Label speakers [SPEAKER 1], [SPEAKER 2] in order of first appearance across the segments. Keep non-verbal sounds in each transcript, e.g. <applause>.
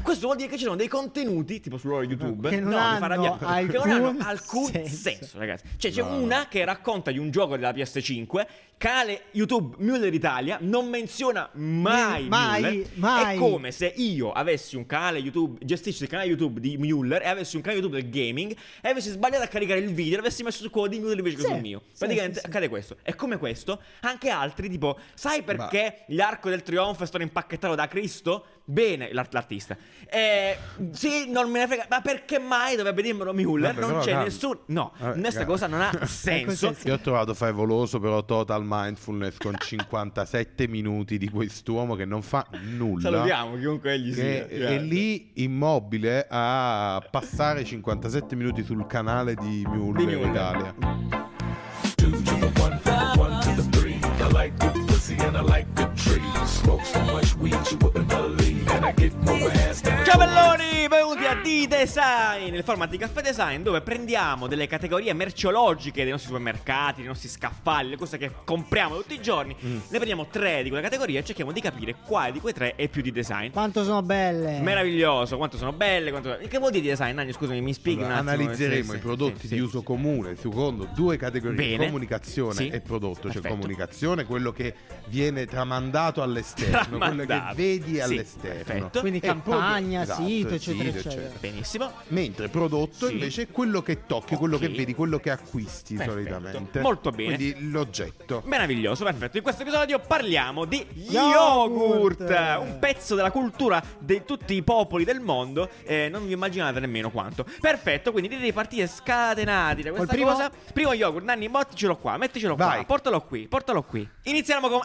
[SPEAKER 1] questo vuol dire che ci sono dei contenuti, tipo su loro YouTube,
[SPEAKER 2] Che non
[SPEAKER 1] no, mi
[SPEAKER 2] hanno
[SPEAKER 1] fa arrabbiare, che non
[SPEAKER 2] alcun
[SPEAKER 1] hanno alcun senso.
[SPEAKER 2] senso.
[SPEAKER 1] ragazzi. Cioè, c'è
[SPEAKER 3] No, no.
[SPEAKER 1] una che racconta di un gioco della PS5, canale YouTube Müller Italia, non menziona mai
[SPEAKER 2] Mm, mai,
[SPEAKER 1] Müller.
[SPEAKER 2] mai.
[SPEAKER 1] È come se io avessi un canale YouTube, gestissi il canale YouTube di Müller e avessi un canale YouTube del gaming e avessi sbagliato a caricare il video e l'avessi messo su quello di Müller invece che
[SPEAKER 2] Sì,
[SPEAKER 1] sul mio.
[SPEAKER 2] sì,
[SPEAKER 1] Praticamente
[SPEAKER 2] sì, sì.
[SPEAKER 1] accade questo. E come questo, anche altri, tipo, sai perché l'arco del trionfo è stato impacchettato da Cristo? Bene, l'art- l'artista. Eh, sì, non me ne frega, ma perché mai dovrebbe dirmelo Müller?
[SPEAKER 3] Vabbè,
[SPEAKER 1] non
[SPEAKER 3] però,
[SPEAKER 1] c'è
[SPEAKER 3] Gab-
[SPEAKER 1] nessuno. No,
[SPEAKER 3] Vabbè,
[SPEAKER 1] questa
[SPEAKER 3] Gab-
[SPEAKER 1] cosa non ha senso.
[SPEAKER 2] Cos'è?
[SPEAKER 3] Io ho trovato favoloso però Total Mindfulness con 57 minuti di quest'uomo che non fa nulla.
[SPEAKER 1] Salutiamo chiunque egli
[SPEAKER 3] Che
[SPEAKER 1] sia.
[SPEAKER 3] è lì immobile a passare 57 minuti sul canale di
[SPEAKER 1] Di
[SPEAKER 3] Mule
[SPEAKER 1] Müller.
[SPEAKER 3] in Italia.
[SPEAKER 4] Two to the one, from the one to the three. I like good pussy and I like good trees. Smoke so much weed you wouldn't believe, and I get more ass than.
[SPEAKER 1] Ciao belloni, benvenuti a D-Design, il format di Caffè Design dove prendiamo delle categorie merceologiche dei nostri supermercati, dei nostri scaffali, le cose che compriamo tutti i giorni.
[SPEAKER 3] Mm.
[SPEAKER 1] Ne prendiamo tre di quella categoria e cerchiamo di capire quale di quei tre è più di design.
[SPEAKER 3] Eh.
[SPEAKER 2] Quanto sono belle.
[SPEAKER 1] Meraviglioso, quanto sono belle, quanto... Che vuol dire di design, Nanni? Scusami, mi spieghi
[SPEAKER 3] Allora,
[SPEAKER 1] un attimo.
[SPEAKER 3] analizzeremo
[SPEAKER 1] Sì, sì,
[SPEAKER 3] i prodotti
[SPEAKER 1] sì,
[SPEAKER 3] di
[SPEAKER 1] sì.
[SPEAKER 3] uso comune secondo due categorie
[SPEAKER 1] Bene.
[SPEAKER 3] comunicazione
[SPEAKER 1] Sì.
[SPEAKER 3] e prodotto cioè
[SPEAKER 1] Perfetto.
[SPEAKER 3] comunicazione quello che viene tramandato all'esterno quello che
[SPEAKER 1] Tramandato.
[SPEAKER 3] vedi
[SPEAKER 1] Sì,
[SPEAKER 3] all'esterno
[SPEAKER 1] perfetto.
[SPEAKER 2] Quindi
[SPEAKER 3] E
[SPEAKER 2] campagna,
[SPEAKER 3] prodo-
[SPEAKER 2] sito,
[SPEAKER 3] esatto,
[SPEAKER 2] eccetera,
[SPEAKER 3] sito,
[SPEAKER 2] eccetera.
[SPEAKER 1] Benissimo.
[SPEAKER 3] Mentre prodotto
[SPEAKER 1] Sì.
[SPEAKER 3] invece è quello che tocchi, quello che
[SPEAKER 1] Ok.
[SPEAKER 3] vedi, quello che acquisti
[SPEAKER 1] Perfetto.
[SPEAKER 3] solitamente.
[SPEAKER 1] Molto bene.
[SPEAKER 3] Quindi l'oggetto.
[SPEAKER 1] Meraviglioso, perfetto. In questo episodio parliamo di yogurt,
[SPEAKER 2] Yogurt.
[SPEAKER 1] un pezzo della cultura di tutti i popoli del mondo. eh, non vi immaginate nemmeno quanto. Perfetto, quindi devi partire scatenati da questa
[SPEAKER 2] Col primo?
[SPEAKER 1] cosa. Primo yogurt, Nanni, motticelo qua, metticelo qua,
[SPEAKER 3] Vai.
[SPEAKER 1] portalo qui, portalo qui. Iniziamo con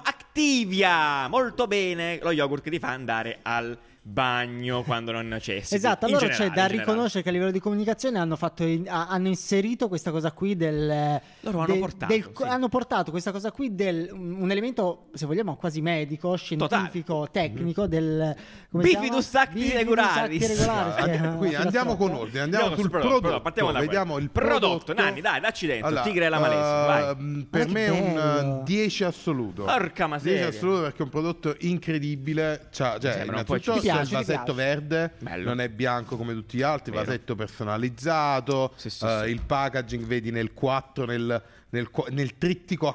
[SPEAKER 1] Activia. Molto bene, lo yogurt che ti fa andare al bagno quando non necessiti.
[SPEAKER 2] Esatto,
[SPEAKER 1] In generale,
[SPEAKER 2] allora c'è da
[SPEAKER 1] in generale.
[SPEAKER 2] riconoscere che a livello di comunicazione hanno, fatto in- ha- hanno inserito questa cosa qui del...
[SPEAKER 1] Loro hanno portato,
[SPEAKER 2] del-
[SPEAKER 1] sì.
[SPEAKER 2] hanno portato questa cosa qui del... un elemento, se vogliamo, quasi medico, scientifico, tecnico del... come si chiama?
[SPEAKER 1] Bifidus acti
[SPEAKER 2] Bifidus
[SPEAKER 1] regularis.
[SPEAKER 2] acti regularis,
[SPEAKER 3] Ah,
[SPEAKER 2] che è
[SPEAKER 3] and-
[SPEAKER 2] una
[SPEAKER 3] quindi andiamo
[SPEAKER 2] filastrocca.
[SPEAKER 3] con ordine, andiamo
[SPEAKER 1] Yogurt
[SPEAKER 3] sul
[SPEAKER 1] prodotto,
[SPEAKER 3] prodotto.
[SPEAKER 1] però partiamo da
[SPEAKER 3] vediamo
[SPEAKER 1] quello.
[SPEAKER 3] il prodotto.
[SPEAKER 1] Prodotto, Nanni, dai, dacci dentro, tigre alla
[SPEAKER 3] ehm, Per
[SPEAKER 2] Ma che
[SPEAKER 3] me è un
[SPEAKER 2] bello.
[SPEAKER 3] eh, 10 assoluto.
[SPEAKER 1] Porca miseria.
[SPEAKER 3] 10 assoluto perché è un prodotto incredibile. C'ha- cioè,
[SPEAKER 1] sembra un po'
[SPEAKER 3] innanzitutto
[SPEAKER 2] eccessivo. Ti
[SPEAKER 3] c'è il
[SPEAKER 2] piace, ti
[SPEAKER 3] vasetto
[SPEAKER 2] piace.
[SPEAKER 3] verde,
[SPEAKER 1] Bello.
[SPEAKER 3] non è bianco come tutti gli altri,
[SPEAKER 1] Vero.
[SPEAKER 3] vasetto personalizzato,
[SPEAKER 1] Sì, sì,
[SPEAKER 3] eh,
[SPEAKER 1] sì.
[SPEAKER 3] il packaging vedi nel 4 nel nel, qua- nel trittico a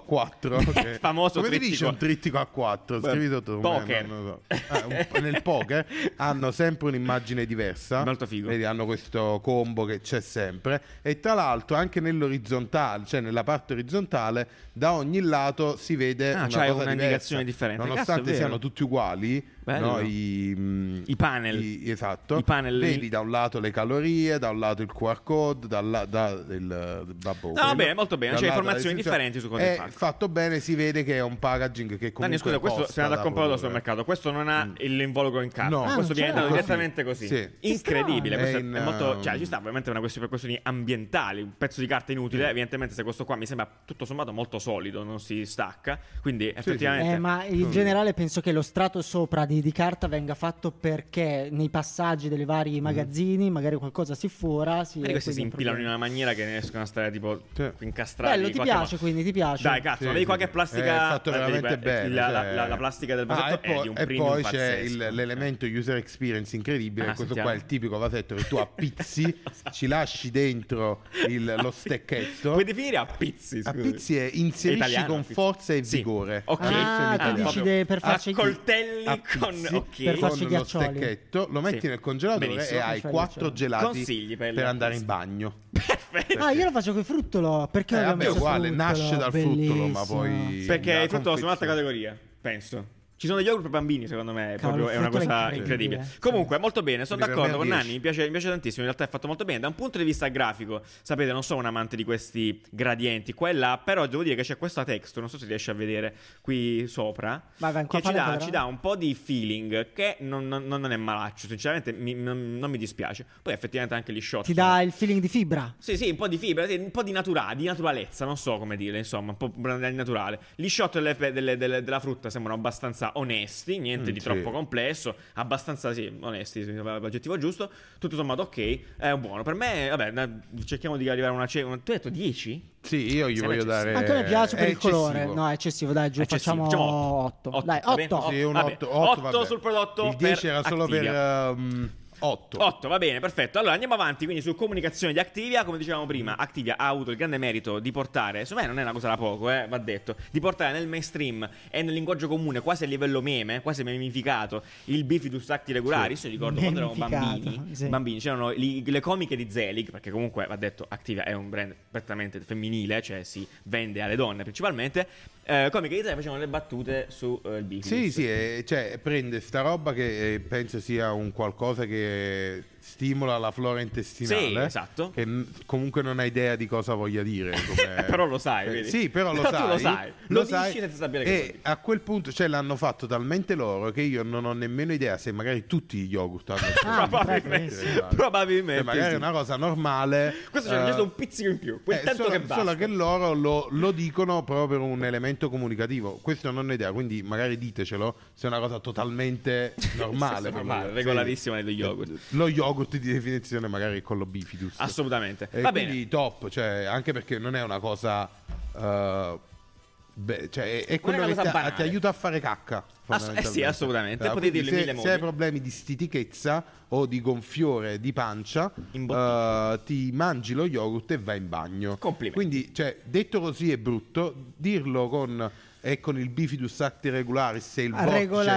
[SPEAKER 1] <laughs>
[SPEAKER 3] 4
[SPEAKER 1] Il famoso
[SPEAKER 3] come si dice
[SPEAKER 1] trittico.
[SPEAKER 3] un trittico a 4
[SPEAKER 1] Beh,
[SPEAKER 3] scrivi sotto come-
[SPEAKER 1] poker.
[SPEAKER 3] non lo so. Ah, un po- nel
[SPEAKER 1] <laughs>
[SPEAKER 3] poker hanno sempre un'immagine diversa
[SPEAKER 1] Molto figo.
[SPEAKER 3] vedi hanno questo combo che c'è sempre e tra l'altro anche nell'orizzontale cioè nella parte orizzontale da ogni lato si vede
[SPEAKER 1] Ah,
[SPEAKER 3] una
[SPEAKER 1] cioè
[SPEAKER 3] cosa
[SPEAKER 1] una
[SPEAKER 3] diversa.
[SPEAKER 1] indicazione differente. Cazzo, è
[SPEAKER 3] nonostante
[SPEAKER 1] vero.
[SPEAKER 3] siano tutti uguali
[SPEAKER 1] Bello.
[SPEAKER 3] no, i, mm,
[SPEAKER 1] I panel.
[SPEAKER 3] i- esatto
[SPEAKER 1] I panel-
[SPEAKER 3] vedi da un lato le calorie da un lato il QR code da, la- da il babbo
[SPEAKER 1] No, va bene, molto bene,
[SPEAKER 3] da
[SPEAKER 1] c'è
[SPEAKER 3] un lato
[SPEAKER 1] informazioni
[SPEAKER 3] la
[SPEAKER 1] differenti su cosa
[SPEAKER 3] è
[SPEAKER 1] è fatto.
[SPEAKER 3] fatto bene, si vede che è un packaging che comunque
[SPEAKER 1] Nanni, scusa, questo
[SPEAKER 3] costa
[SPEAKER 1] se andato a
[SPEAKER 3] da
[SPEAKER 1] comprarlo
[SPEAKER 3] provare.
[SPEAKER 1] sul mercato. Questo non ha l'involucro in carta.
[SPEAKER 3] No. Ah,
[SPEAKER 1] questo
[SPEAKER 2] non
[SPEAKER 1] viene
[SPEAKER 2] ce l'ha.
[SPEAKER 1] dato
[SPEAKER 2] Così.
[SPEAKER 1] direttamente così.
[SPEAKER 3] Sì.
[SPEAKER 1] Incredibile.
[SPEAKER 3] È
[SPEAKER 1] Questo è,
[SPEAKER 3] in,
[SPEAKER 1] è molto.
[SPEAKER 3] eh,
[SPEAKER 1] Cioè, ci sta ovviamente una questione, per questioni ambientali. Un pezzo di carta inutile. Evidentemente, se questo qua mi sembra tutto sommato molto solido, non si stacca. Quindi, effettivamente.
[SPEAKER 2] Eh, ma in generale penso che lo strato sopra di, di carta venga fatto perché nei passaggi dei vari magazzini magari qualcosa si fora. Si,
[SPEAKER 1] Mm. Magari questi si
[SPEAKER 2] quindi è un
[SPEAKER 1] impilano in
[SPEAKER 2] problema.
[SPEAKER 1] una maniera che ne riescono a stare tipo
[SPEAKER 3] Sì.
[SPEAKER 1] incastrati.
[SPEAKER 2] Bello,
[SPEAKER 1] in
[SPEAKER 2] ti
[SPEAKER 1] qualche
[SPEAKER 2] piace,
[SPEAKER 1] modo.
[SPEAKER 2] quindi, ti piace.
[SPEAKER 1] Dai, cazzo,
[SPEAKER 3] Sì,
[SPEAKER 1] vedi qua
[SPEAKER 3] sì,
[SPEAKER 1] che
[SPEAKER 3] sì. Eh,
[SPEAKER 1] plastica.
[SPEAKER 3] è fatto
[SPEAKER 1] la-
[SPEAKER 3] veramente
[SPEAKER 1] la-
[SPEAKER 3] bene
[SPEAKER 1] La,
[SPEAKER 3] cioè-
[SPEAKER 1] la- la plastica del
[SPEAKER 3] Ah,
[SPEAKER 1] vasetto
[SPEAKER 3] e
[SPEAKER 1] è
[SPEAKER 3] poi,
[SPEAKER 1] di un
[SPEAKER 3] e
[SPEAKER 1] premium
[SPEAKER 3] poi c'è
[SPEAKER 1] pazzesco.
[SPEAKER 3] il- l'elemento user experience incredibile
[SPEAKER 1] Ah,
[SPEAKER 3] questo
[SPEAKER 1] sentiamo. Esatto.
[SPEAKER 3] qua è il tipico vasetto
[SPEAKER 1] <laughs>
[SPEAKER 3] che tu appizzi ci lasci dentro il-
[SPEAKER 1] <laughs>
[SPEAKER 3] lo stecchetto
[SPEAKER 1] Puoi definire a pizzi. scusa.
[SPEAKER 3] Appizzi è inserisci
[SPEAKER 1] Italiano,
[SPEAKER 3] con
[SPEAKER 1] appizzi.
[SPEAKER 3] forza e
[SPEAKER 1] Sì.
[SPEAKER 3] vigore.
[SPEAKER 1] Ok.
[SPEAKER 3] Questo è
[SPEAKER 2] Ah,
[SPEAKER 3] in
[SPEAKER 2] tu
[SPEAKER 3] italiano.
[SPEAKER 2] dici de- per
[SPEAKER 3] A
[SPEAKER 2] farci-
[SPEAKER 1] coltelli con-
[SPEAKER 3] appizzi
[SPEAKER 1] ok.
[SPEAKER 2] Per farci
[SPEAKER 3] con lo
[SPEAKER 2] ghiaccioli.
[SPEAKER 3] stecchetto, lo metti
[SPEAKER 1] Sì.
[SPEAKER 3] nel congelatore
[SPEAKER 1] Benissimo.
[SPEAKER 3] e hai
[SPEAKER 2] Fai
[SPEAKER 3] quattro
[SPEAKER 2] ghiaccioli.
[SPEAKER 3] gelati
[SPEAKER 1] Consigli per
[SPEAKER 3] per,
[SPEAKER 1] il-
[SPEAKER 3] andare in bagno.
[SPEAKER 1] Perfetto.
[SPEAKER 2] Ah, io lo faccio con fruttolo. Perché
[SPEAKER 3] Eh,
[SPEAKER 2] non
[SPEAKER 3] vabbè,
[SPEAKER 2] abbiamo messo
[SPEAKER 3] uguale,
[SPEAKER 2] fruttolo?
[SPEAKER 3] nasce dal fruttolo, ma
[SPEAKER 2] Bellissimo.
[SPEAKER 3] poi
[SPEAKER 1] Perché
[SPEAKER 3] la
[SPEAKER 1] il frutto sono
[SPEAKER 3] confezione.
[SPEAKER 1] un'altra categoria, penso. Ci sono degli yogurt per bambini, secondo me, è
[SPEAKER 2] Cavolo,
[SPEAKER 1] proprio- è una
[SPEAKER 2] il frutto è
[SPEAKER 1] cosa incredibile.
[SPEAKER 2] incredibile.
[SPEAKER 1] Comunque, molto bene, sono
[SPEAKER 3] Quindi per
[SPEAKER 1] d'accordo
[SPEAKER 3] me
[SPEAKER 1] con
[SPEAKER 3] è un
[SPEAKER 1] Nanni,
[SPEAKER 3] 10.
[SPEAKER 1] mi piace, mi piace tantissimo, in realtà è fatto molto bene. Da un punto di vista grafico, sapete, non sono un amante di questi gradienti qua e là, però devo dire che c'è questa texture, non so se riesci a vedere qui sopra,
[SPEAKER 2] Vai, vai, qua
[SPEAKER 1] che ci
[SPEAKER 2] fai la
[SPEAKER 1] dà,
[SPEAKER 2] quadra.
[SPEAKER 1] ci dà un po' di feeling che non, non- non è malaccio, sinceramente mi- non, non mi dispiace. Poi effettivamente anche gli shot
[SPEAKER 2] Ti
[SPEAKER 1] sono-
[SPEAKER 2] dà il feeling di fibra.
[SPEAKER 1] sì, sì, un po' di fibra, sì, un po' di naturale, di naturalezza, non so come dire, insomma, un po' di naturale. Gli shot delle- delle- delle- della frutta sembrano abbastanza onesti, niente
[SPEAKER 3] Mm,
[SPEAKER 1] di
[SPEAKER 3] sì.
[SPEAKER 1] troppo complesso, abbastanza, sì, onesti, sì, l'aggettivo giusto, tutto sommato ok, è buono. Per me, vabbè, na- cerchiamo di arrivare a una cena, tu hai detto 10?
[SPEAKER 3] Sì, io gli
[SPEAKER 1] Sembra eccessivo.
[SPEAKER 3] voglio dare.
[SPEAKER 2] Anche a me piace per
[SPEAKER 3] Eh, è
[SPEAKER 2] il colore.
[SPEAKER 3] eccessivo.
[SPEAKER 2] No, è eccessivo, dai, giù,
[SPEAKER 1] Eccessivo,
[SPEAKER 2] facciamo
[SPEAKER 1] diciamo
[SPEAKER 2] 8.
[SPEAKER 1] otto.
[SPEAKER 2] Dai,
[SPEAKER 1] Otto, va bene.
[SPEAKER 2] 8.
[SPEAKER 3] Sì, un
[SPEAKER 1] Vabbè,
[SPEAKER 3] 8, 8,
[SPEAKER 1] otto sul prodotto
[SPEAKER 3] Il 10
[SPEAKER 1] per
[SPEAKER 3] era solo
[SPEAKER 1] Activia.
[SPEAKER 3] per. ehm, 8.
[SPEAKER 1] 8, va bene, perfetto. Allora andiamo avanti quindi su comunicazione di Activia. Come dicevamo
[SPEAKER 3] Mm.
[SPEAKER 1] prima, Activia ha avuto il grande merito di portare, secondo me non è una cosa da poco, eh, va detto, di portare nel mainstream e nel linguaggio comune, quasi a livello meme, quasi memificato, il bifidus acti regolari. Io ricordo quando eravamo
[SPEAKER 2] Memificato,
[SPEAKER 1] bambini,
[SPEAKER 2] sì.
[SPEAKER 1] bambini c'erano li- le comiche di Zelig, perché comunque va detto, Activia è un brand prettamente femminile, cioè si vende alle donne principalmente. Eh, comiche di Zelig facevano le battute sul bifidus.
[SPEAKER 3] Sì, sì, eh, cioè prende sta roba che eh, penso sia un qualcosa che stimola la flora intestinale.
[SPEAKER 1] Sì, esatto.
[SPEAKER 3] Che n- comunque non hai idea di cosa
[SPEAKER 1] <laughs>
[SPEAKER 3] voglia dire. come-
[SPEAKER 1] Però lo sai,
[SPEAKER 3] Eh,
[SPEAKER 1] vedi?
[SPEAKER 3] Sì, però lo
[SPEAKER 1] Però
[SPEAKER 3] sai.
[SPEAKER 1] <laughs> tu lo sai. Lo dici senza sapere che
[SPEAKER 3] E
[SPEAKER 1] cosa dici.
[SPEAKER 3] a quel punto, cioè, l'hanno fatto talmente loro che io non ho nemmeno idea se magari tutti gli
[SPEAKER 1] <laughs>
[SPEAKER 3] yogurt hanno questo
[SPEAKER 2] Ah,
[SPEAKER 1] probabilmente,
[SPEAKER 3] effetto, guarda.
[SPEAKER 1] probabilmente
[SPEAKER 3] Cioè, magari
[SPEAKER 1] sì.
[SPEAKER 3] è una cosa normale.
[SPEAKER 1] Questo ci hanno
[SPEAKER 3] eh,
[SPEAKER 1] chiesto un pizzico in più, quel
[SPEAKER 3] eh,
[SPEAKER 1] tanto
[SPEAKER 3] solo,
[SPEAKER 1] che basta.
[SPEAKER 3] solo che loro lo, lo dicono proprio per un elemento comunicativo. Questo non ho idea, quindi magari ditecelo se è una cosa totalmente normale.
[SPEAKER 1] <laughs> Sì, normale,
[SPEAKER 3] Sì.
[SPEAKER 1] regolarissima dello yogurt.
[SPEAKER 3] Lo yogurt di definizione magari con lo bifidus.
[SPEAKER 1] Assolutamente.
[SPEAKER 3] Eh,
[SPEAKER 1] Va bene.
[SPEAKER 3] quindi top, cioè, anche perché non è una cosa... eh, beh, cioè, è- è, quello
[SPEAKER 1] una
[SPEAKER 3] che
[SPEAKER 1] cosa
[SPEAKER 3] ti,
[SPEAKER 1] banale.
[SPEAKER 3] ti aiuta a fare cacca. fondamentalmente.
[SPEAKER 1] eh sì, assolutamente, potete
[SPEAKER 3] quindi
[SPEAKER 1] dirlo in
[SPEAKER 3] se,
[SPEAKER 1] mille
[SPEAKER 3] se hai
[SPEAKER 1] modi.
[SPEAKER 3] problemi di stitichezza o di gonfiore di pancia,
[SPEAKER 1] In bottiglia.
[SPEAKER 3] eh, ti mangi lo yogurt e vai in bagno.
[SPEAKER 1] Complimenti.
[SPEAKER 3] Quindi, cioè, detto così è brutto, dirlo con... E con il bifidus acti regolari, se il vortice
[SPEAKER 2] Regolarizza
[SPEAKER 3] che